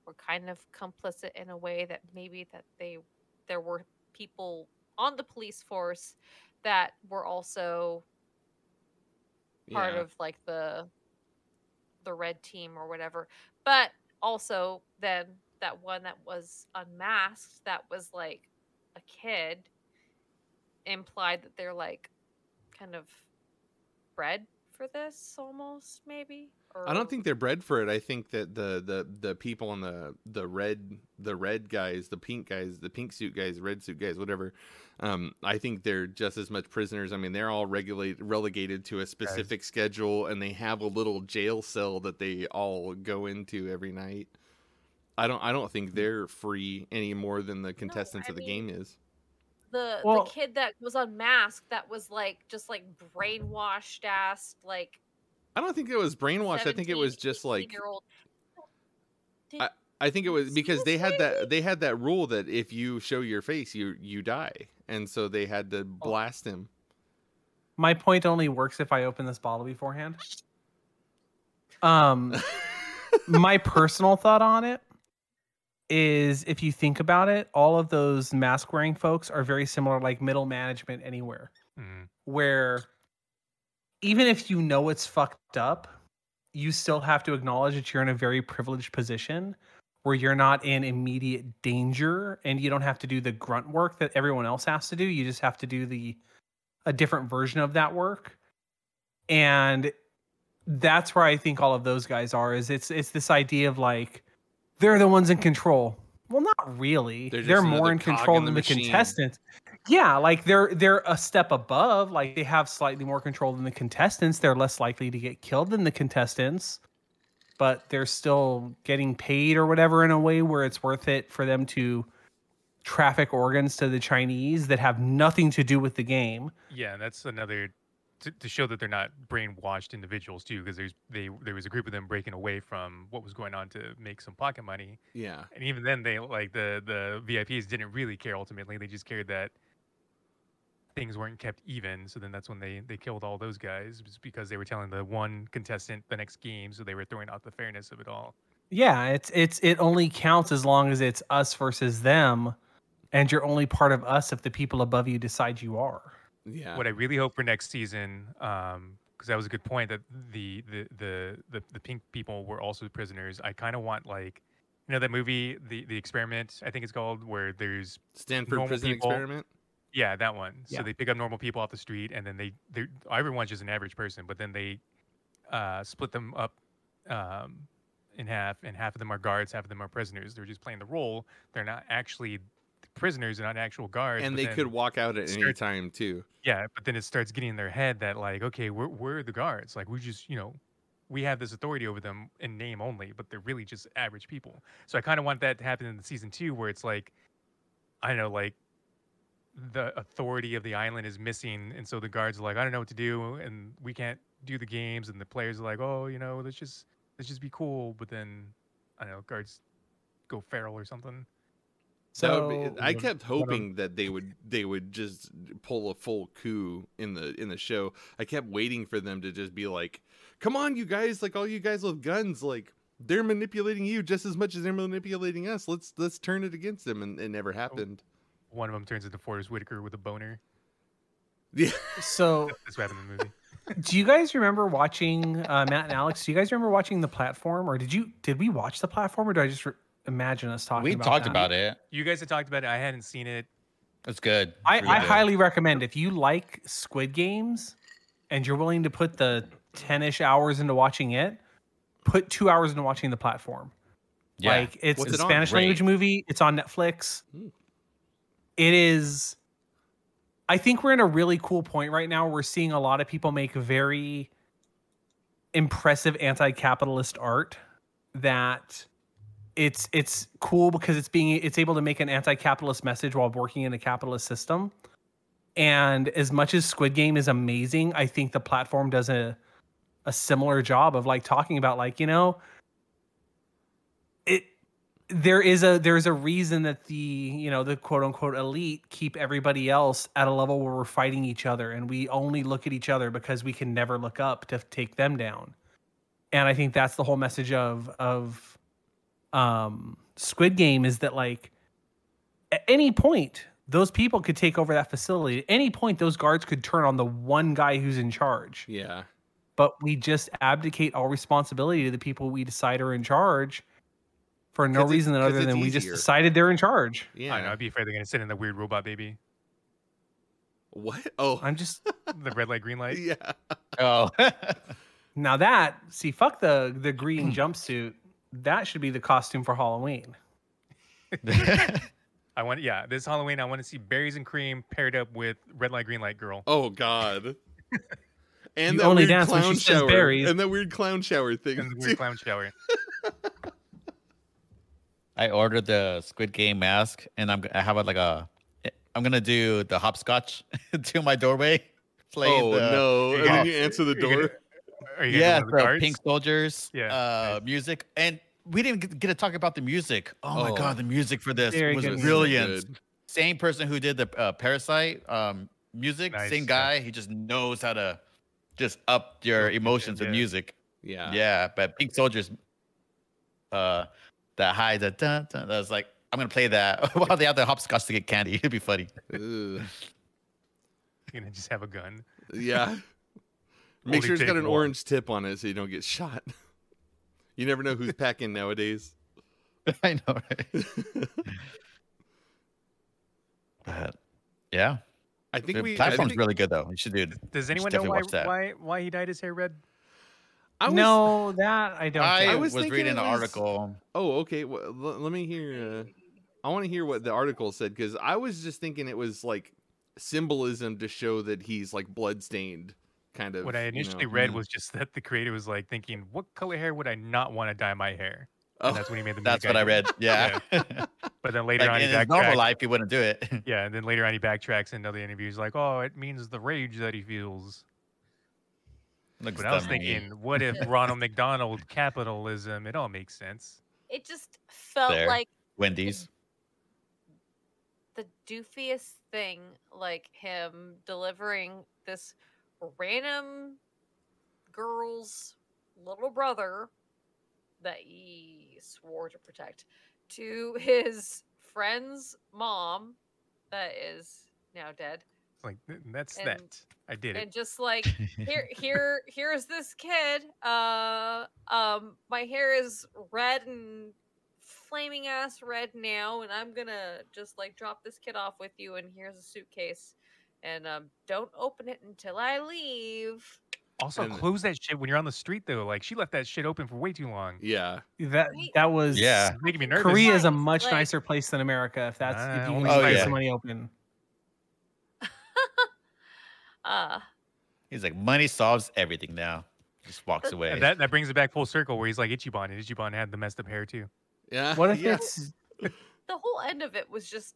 were kind of complicit in a way that maybe that they there were people on the police force that were also part
Yeah.
of like the the red team or whatever. But also then that one that was unmasked that was like a kid implied that they're like kind of bred for this almost maybe or
I don't think they're bred for it. I think that the the the people on the the red the red guys, the pink guys, the pink suit guys, red suit guys, whatever. Um, I think they're just as much prisoners. I mean, they're all regulated relegated to a specific schedule, and they have a little jail cell that they all go into every night. I don't I don't think they're free any more than the
I
contestants of the
mean-
game is.
the
Well-
the kid that was unmasked that was like just like brainwashed ass like
I don't think it was brainwashed. I think it was just like
year old
I think it was because they had
Seriously?
that they had that rule that if you show your face, you you die, and so they had
Oh.
to blast him.
My point only works if I open this bottle beforehand.
Hmm.
Um, my personal thought on it is if you think about it, all of those mask wearing folks are very similar, like middle management anywhere,
Mm.
where even if you know it's fucked up, you still have to acknowledge that you're in a very privileged position where you're not in immediate danger and you don't have to do the grunt work that everyone else has to do. You just have to do the a different version of that work. And that's where I think all of those guys are is it's it's this idea of like they're the ones in control. Well, not really.
They're
They're,
just
more
another
in
cog
control
in the
than the
machine.
contestants. Yeah, like they're they're a step above. Like they have slightly more control than the contestants. They're less likely to get killed than the contestants. but they're still getting paid or whatever in a way where it's worth it for them to traffic organs to the Chinese that have nothing to do with the game.
Yeah, that's another to, to show that they're not brainwashed individuals too, because there's they there was a group of them breaking away from what was going on to make some pocket money,
Yeah.
and even then they like the the VIPs didn't really care ultimately. They just cared that things weren't kept even. So then that's when they they killed all those guys just because they were telling the one contestant the next game, so they were throwing out the fairness of it all.
Yeah, it's it's it only counts as long as it's us versus them and you're only part of us if the people above you decide you are.
Yeah.
what I really hope for next season, because that was a good point that the the the the, the pink people were also prisoners. I kind of want like you know that movie, the the experiment, I think it's called, where there's
Stanford
normal
prison
people-
experiment.
yeah that one.
Yeah.
So they pick up normal people off the street, and then they they everyone's just an average person, but then they uh, split them up. Um, in half, and half of them are guards, half of them are prisoners. They're just playing the role. They're not actually prisoners. They're not actual guards.
And
but
they
then-
could walk out at any
Start-
time too.
yeah, but then it starts getting in their head that like, okay, we're we're the guards. Like we just, you know, we have this authority over them in name only, but they're really just average people. So I kind of want that to happen in the season two, where it's like, I don't know, like the authority of the island is missing, and so the guards are like, I don't know what to do, and we can't do the games, and the players are like, oh, you know, let's just let's just be cool, but then I don't know, guards go feral or something.
That would be-
So
I kept hoping that they would they would just pull a full coup in the in the show. I kept waiting for them to just be like, "Come on, you guys! Like all you guys with guns, like they're manipulating you just as much as they're manipulating us. Let's let's turn it against them." And it
Oh.
never happened.
One of them turns into Forrest Whitaker with a boner.
Yeah,
so
That's what happened in the movie.
do you guys remember watching uh, Matt and Alex? Do you guys remember watching the platform, or did you did we watch the platform, or do I just re- imagine us talking?
we
about
talked
that?
about it.
You guys had talked about it. I hadn't seen it.
It's good.
I,
It's
I
really good.
highly recommend if you like Squid Games, and you're willing to put the ten ish hours into watching it, put two hours into watching the platform.
yeah.
Like it's
What's
a
it on? Hmm.
Spanish language
Great.
movie. It's on Netflix.
Ooh.
It is I think we're in a really cool point right now. We're seeing a lot of people make very impressive anti-capitalist art that it's it's cool because it's being it's able to make an anti-capitalist message while working in a capitalist system. And as much as Squid Game is amazing, I think the platform does a a similar job of like talking about like, you know, it there is a there's a reason that the you know the quote unquote elite keep everybody else at a level where we're fighting each other and we only look at each other because we can never look up to take them down and i think that's the whole message of of um squid game is that like at any point those people could take over that facility at any point those guards could turn on the one guy who's in charge
yeah.
but we just abdicate all responsibility to the people we decide are in charge for no
'Cause it-
reason
'cause
other
it's
than we just
easier.
decided they're in
I
charge.
don't know.
Yeah.
I'd be afraid they're gonna send in the weird robot baby,
What? Oh,
I'm just
the red light, green light.
yeah.
Oh.
now that see fuck the the green jumpsuit. That should be the costume for Halloween.
I want, yeah, this Halloween, I want to see berries and cream paired up with red light, green light girl.
Oh God. And
You
that
only
weird
dance when
clown
she says
shower.
berries.
And that weird clown shower thing.
And the
too.
weird clown shower.
I ordered the Squid Game mask, and I'm I have a, like a I'm gonna do the hopscotch to my doorway. Play
oh
the,
no! And
Yeah.
then you answer the
Are you gonna-
door.
Are you
yeah,
gonna do the
the
cards?
Pink Soldiers.
Yeah,
uh, music, and we didn't get- get to talk about the music. Oh, my
Oh.
god, the music for this
Very
was
good.
brilliant. Same person who did the uh, Parasite um, music,
Nice,
same
nice.
guy. He just knows how to just up your
Up it,
emotions with
yeah.
music.
Yeah.
yeah, but Pink Soldiers, uh, that high, that dun, dun, I was like, I'm gonna play that while they have the hopscotch to get candy. It'd be funny.
Ugh.
You're gonna just have a gun.
Yeah. Make
Only
sure it's got
take
an
one.
orange tip on it so you don't get shot. You never know who's packing nowadays.
I know, right? But, yeah,
I think
the
we. I,
platform's
think,
really good though. You should do. it.
Does
should
anyone know
definitely
why,
watch that.
why why he dyed his hair red?
I was,
no, that I don't.
I,
think.
I was
was,
thinking
reading
it
an
was-
article.
Oh, okay. Well, l- let me hear. Uh, I want to hear what the article said because I was just thinking it was like symbolism to show that he's like bloodstained kind of
What I
you know,
initially read
mm.
was just that the creator was like thinking, "What color hair would I not want to dye my hair?"
oh,
And that's when he made the.
That's
manga
what I
idea.
read. Yeah.
But then later
like,
on, he
in his normal
backtracked.
life, he wouldn't do it.
Yeah, and then later on, he backtracks in other interviews, like, "Oh, it means the rage that he feels."
Looks
But I was
dumb to me.
thinking, what if Ronald McDonald capitalism? It all makes sense.
It just felt
Fair.
like
Wendy's.
the doofiest thing, like him delivering this random girl's little brother that he swore to protect to his friend's mom that is now dead.
It's like "Th- that's
And-
that. I did
And
it.
just like here here here's this kid uh um my hair is red and flaming ass red now and i'm gonna just like drop this kid off with you and here's a suitcase and um don't open it until i leave
Also,
and-
close that shit when you're on the street, though. Like she left that shit open for way too long.
yeah.
That
Right.
that was
Yeah.
Making me nervous.
Korea is a
Nice,
much
like-
nicer place than America. If that's
Nah,
if you can
only
Oh,
leave
America.
somebody open.
uh
He's like, money solves everything now. Just walks
But-
away.
And that that brings it back full circle, where he's like Ichiban, and Ichiban had the messed up hair too.
Yeah.
What if
yeah.
it's
the whole end of it was just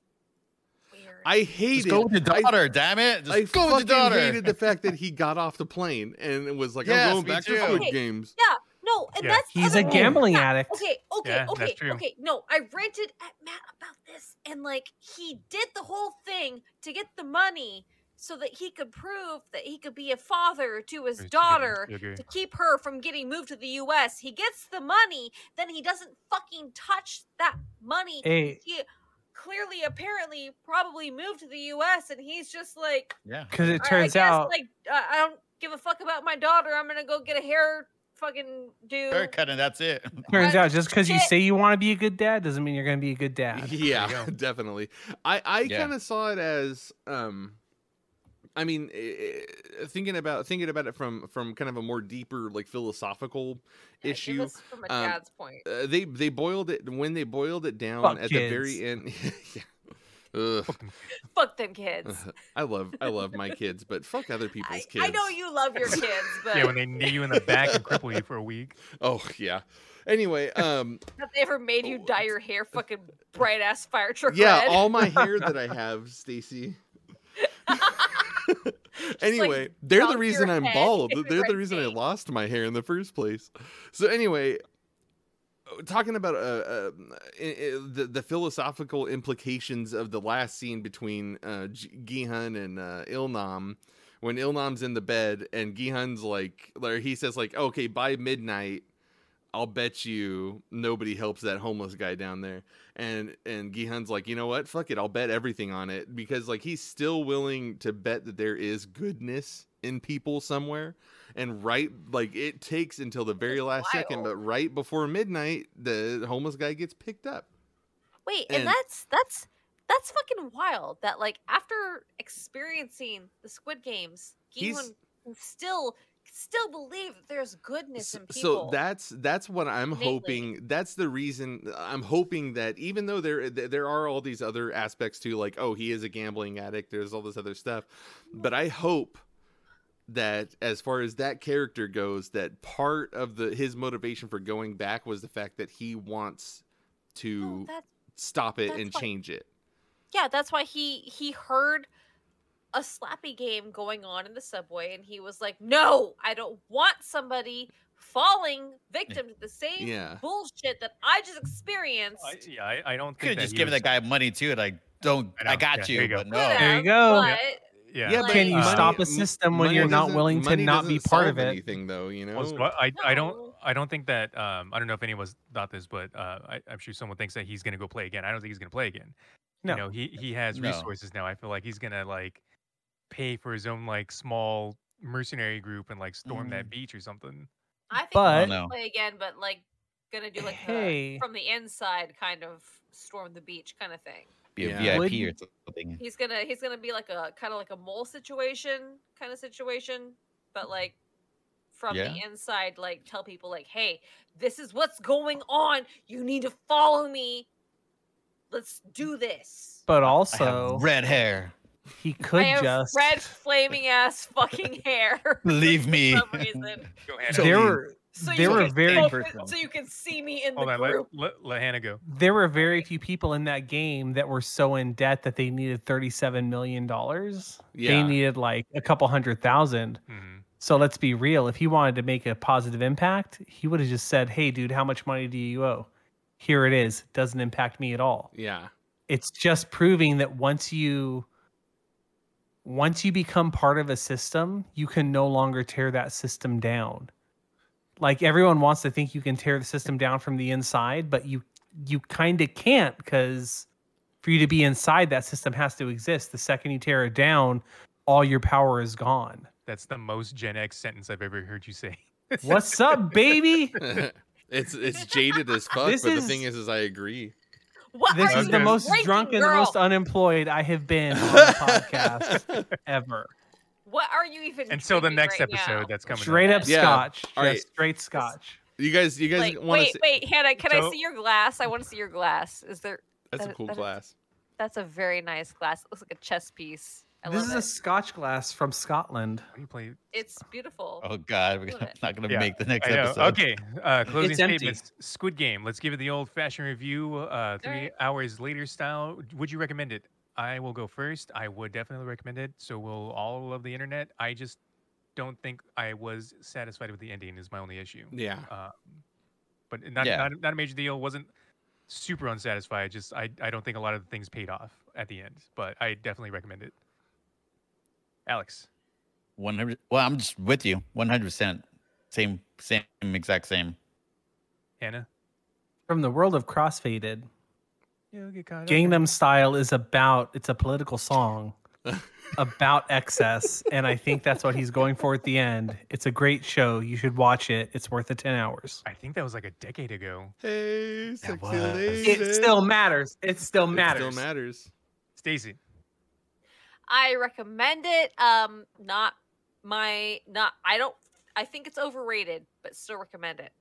weird
I hate
Just
it.
go with your
I-
daughter, damn it. Just go
I
with
fucking
your daughter.
hated the fact that he got off the plane and it was like,
Yes,
I'm going
me
back
too.
to Squid
Okay.
Games.
no and
Yeah,
that's the
he's a
other thing.
gambling
Yeah,
addict?
Okay, okay,
Yeah, that's
okay,
true.
okay. No, I rented at Matt about this, and like he did the whole thing to get the money so that he could prove that he could be a father to his
Or she did,
daughter
I agree.
to keep her from getting moved to the US. He gets the money, then he doesn't fucking touch that money.
Hey,
He clearly, apparently, probably moved to the US, and he's just like,
Yeah.
because it
I-
turns
I, guess,
out
like, I I don't give a fuck about my daughter. I'm gonna go get a hair fucking do.
Haircut and that's it.
turns
I-
out just because you
shit.
say you want to be a good dad doesn't mean you're going to be a good dad.
yeah
go.
definitely i i
Yeah.
kind of saw it as um i mean eh, eh, thinking about thinking about it from from kind of a more deeper like philosophical
Yeah, give
issue
us from a
um,
dad's point.
uh, they they boiled it when they boiled it down
Fuck
at the very end yeah. Ugh,
Fucking-
Fuck them kids.
I love I love my kids, but fuck other
I,
people's kids.
I know you love your kids, but
yeah, when they knee you in the back and cripple you for a week.
Oh yeah. Anyway, um,
have they ever made you dye your hair fucking bright ass fire truck
yeah,
red?
all my hair that I have, Stacy. anyway, they're
dump
the
your
reason I'm
head
bald.
in the
They're the
right
reason I
thing.
lost my hair in the first place. So anyway, uh, talking about uh, uh, i- i- the the philosophical implications of the last scene between uh, G- Gihan and uh, Ilnam, when Ilnam's in the bed and Gihan's like, or he says like, okay, by midnight. I'll bet you nobody helps that homeless guy down there. And and Gihan's like, you know what? Fuck it. I'll bet everything on it because like he's still willing to bet that there is goodness in people somewhere. And right, like it takes until the very last second,
wild.
but right before midnight, the homeless guy gets picked up.
Wait, and,
And-
that's that's that's fucking wild. That like after experiencing the Squid Games,
He's-
Gihun can still still believe that there's goodness
S-
in
So
people.
that's that's what I'm
innately.
hoping. That's the reason I'm hoping that even though there th- there are all these other aspects too, like oh he is a gambling addict, there's all this other stuff, but I hope that as far as that character goes, that part of the his motivation for going back was the fact that he wants
No,
to
that's
stop it
Oh, that's
and
fine.
change it.
yeah, that's why he he heard a slappy game going on in the subway, and he was like, "No, I don't want somebody falling victim to the same
Yeah.
bullshit that I just experienced."
I, yeah, I, I don't
Could
think
have
that
just
he
given
was-
that guy money too. Like, don't, I,
I know.
got
Yeah,
you.
there you go.
But
Could
no.
There you
have,
go.
but-
Yeah.
like-
Can you
uh,
stop a
m-
system when
money
you're not
doesn't-
willing to
money
not be
doesn't
part of
solve
it?
Anything though, you know.
Well, so I, I don't
No.
I don't think that um, I don't know if anyone was thought this, but uh, I, I'm sure someone thinks that he's gonna go play again. I don't think he's gonna play again.
No.
You know, he he has
No.
resources now. I feel like he's gonna like pay for his own like small mercenary group and like storm that beach or something.
I think
But-
he's
Oh, no.
gonna play again, but like gonna do like
Hey.
a, from the inside kind of storm the beach kind of thing.
Be a
Yeah.
VIP or
Wouldn't-
something.
He's gonna he's gonna be like a kind of like a mole situation kind of situation, but like from the inside, like tell people like, hey, this is what's going on. You need to follow me. Let's do this.
But
I have
also,
red hair.
He could
I have
just
red flaming ass fucking hair.
Leave me.
For some reason.
Go Hannah.
So-
there were
So
They
you
were
can
very
focus-
versatile.
So you can see me in
Hold
the
on, Oh, let,
group.
let, let Hannah go.
there were very few people in that game that were so in debt that they needed thirty seven million dollars.
Yeah.
They needed like a couple hundred thousand.
Mhm.
So let's be real. If he wanted to make a positive impact, he would have just said, "Hey, dude, how much money do you owe? Here it is. Doesn't impact me at all."
Yeah.
It's just proving that once you once you become part of a system, you can no longer tear that system down. Like everyone wants to think you can tear the system down from the inside, but you you kind of can't cuz for you to be inside that system has to exist. The second you tear it down, all your power is gone.
That's the most Gen X sentence I've ever heard you say.
What's up, baby?
it's it's jaded as fuck,
This
but
is-
the thing is is I agree.
What
This
are
is
you
the
Okay.
most
drinking,
drunk and the
girl?
most unemployed I have been on the podcast ever.
What are you even?
Until the
drinking
next
right
episode,
now?
that's coming.
Straight
up.
up
Yeah.
scotch.
All right.
Just straight scotch.
You guys you guys
Like,
want to
wait, wait, Hannah, can I
So-
see your glass? I want to see your glass. Is there?
That's a
that-
cool
that is-
glass.
That's a very nice glass. It looks like a chess piece. I
This
love
is
it.
a scotch glass from Scotland.
You play.
It's beautiful.
Oh God, we're
Love
gonna-
it.
not gonna
Yeah,
make the next
I know.
episode.
Okay. Uh, closing
It's empty.
statements. Squid Game. Let's give it the old-fashioned review. Uh, three
right.
hours later style. Would you recommend it? I will go first. I would definitely recommend it. So will all of the internet. I just don't think I was satisfied with the ending. Is my only issue.
Yeah.
Um, but not,
Yeah.
not not a major deal. Wasn't super unsatisfied. Just I I don't think a lot of the things paid off at the end. But I definitely recommend it. Alex.
One hundred. Well, I'm just with you. One hundred percent. Same, same, exact same.
Hannah.
From the world of crossfaded,
You'll get caught up in
Gangnam Style is about it's a political song about excess, and I think that's what he's going for at the end. It's a great show. You should watch it. It's worth the ten hours.
I think that was like a decade ago.
Hey,
That
sexy
was-
lady.
It still matters. It still
It
matters.
still matters.
Stacy.
I recommend it. Um, not my not. I don't. I think it's overrated, but still recommend it.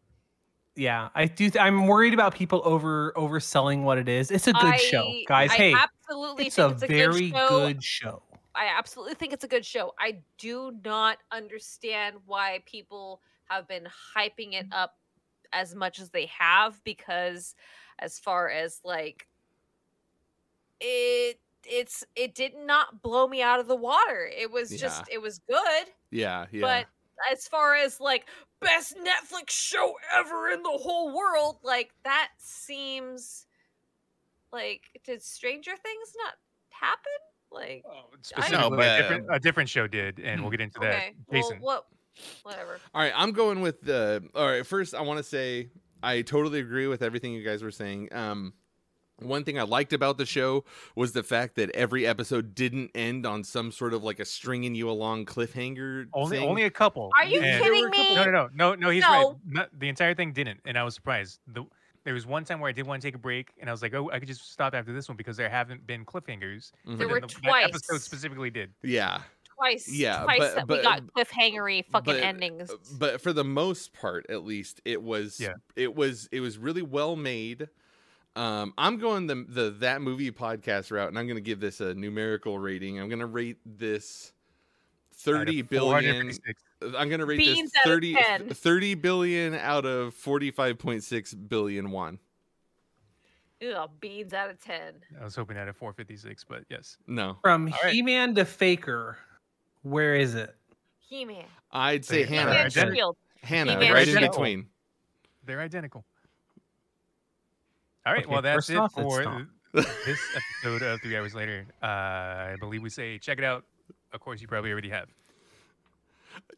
Yeah, I do. Th- I'm worried about people over overselling what it is. It's a good show,
I-
guys.
I
hey,
absolutely
it's a
think it's a
very
good, show.
good show.
I absolutely think it's a good show. I do not understand why people have been hyping it up as much as they have because as far as like it it's it did not blow me out of the water. It was just it was good,
Yeah, yeah.
but as far as like best Netflix show ever in the whole world, like that seems like did Stranger Things not happen? Like
Specifically,
but-
a, different, a different show did, and we'll get into that.
Okay.
Jason,
Well, what? Whatever.
All right, I'm going with the. All right, first I want to say I totally agree with everything you guys were saying. Um, one thing I liked about the show was the fact that every episode didn't end on some sort of like a stringing you along cliffhanger.
only
thing.
only a couple.
Are you
and-
there were
kidding
a couple-
me?
No, no, no, no, no. He's right.
No.
Not, the entire thing didn't, and I was surprised. The, there was one time where I did want to take a break, and I was like, "Oh, I could just stop after this one because there haven't been cliffhangers."
Mhm.
There
But
were
then the- that episode
twice.
specifically did.
Yeah,
Twice.
Yeah,
Twice
but-
that
but- um,
we got cliffhangery fucking
but- uh,
endings.
but for the most part, at least it was.
Yeah.
It was. It was really well made. Um, I'm going the the that movie podcast route, and I'm going to give this a numerical rating. I'm going to rate this
Out of
thirty billion. uh,
456.
I'm gonna rate
Beans
this
out of
30,
10.
30 billion out of 45.6 billion won.
Ugh, beans out of ten.
I was hoping at a 456, but yes.
No,
From
All right.
He-Man to Faker, where is it?
He man.
I'd say
Wait,
Hannah,
Hannah,
right,
Jen-
there-
Shield.
Hannah,
Hannah.
right in
Hannah.
between.
They're identical. All right.
Okay,
well, that's
first
it
off, it's
for
not.
th- this episode of Three Hours Later. Uh, I believe we say check it out. Of course, you probably already have.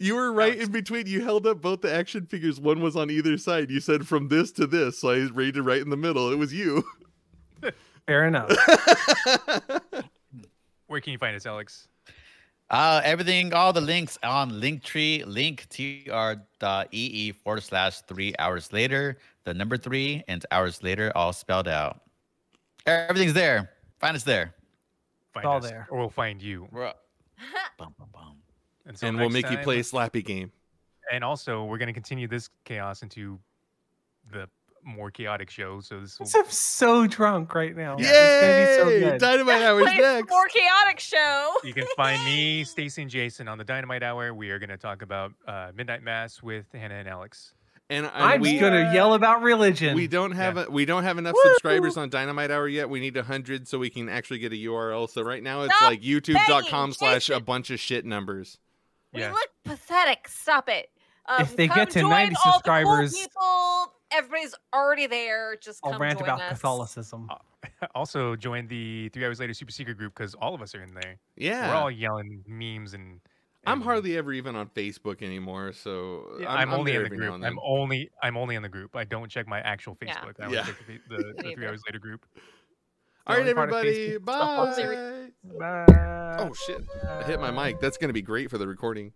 You were right
Alex.
in between. You held up both the action figures. One was on either side. You said from this to this, so I rated right in the middle. It was you.
Fair enough.
Where can you find us, Alex?
Uh, everything, all the links on Linktree, linktr.ee forward slash three hours later, the number three and hours later, all spelled out. Everything's there. Find us there.
Find
all
us,
there.
or we'll find you.
We're up. Bum, bum, bum.
so
and we'll
next
make you
time-
play a slappy game.
and also we're going to continue this chaos into the more chaotic show. So this will,
I'm so drunk right now. It's Oh, gonna be
Yay!
so good.
Dynamite Hour's
Wait,
next.
More chaotic show.
you can find me, Stacy, and Jason on the Dynamite Hour. We are going to talk about uh, Midnight Mass with Hannah and Alex.
And I,
I'm
we,
gonna yell about religion.
we don't have a, we don't have enough
Woo!
subscribers on Dynamite Hour yet. We need hundred so we can actually get a URL. So right now it's
Stop
like youtube.com slash a
begging.
bunch of shit numbers.
We
Yeah.
look pathetic. Stop it. Um,
If they
come
get to
join
90
all the
subscribers-
cool people, everybody's already there. Just come
I'll rant
join
about
us.
Catholicism.
also join the Three Hours Later Super Secret group because all of us are in there.
Yeah.
We're all yelling memes and.
I'm
and-
hardly ever even on Facebook anymore, so
Yeah,
I'm,
I'm, only
there
in the
every
group.
now and
I'm
then.
only I'm only in the group. I don't check my actual
Yeah.
Facebook. I
Yeah.
yeah. check the, fa- the, the
neither.
three hours later group.
All right,
only part of
everybody.
Facebook
is the
oh,
Bye. Oh shit! I hit my mic. That's gonna be great for the recording.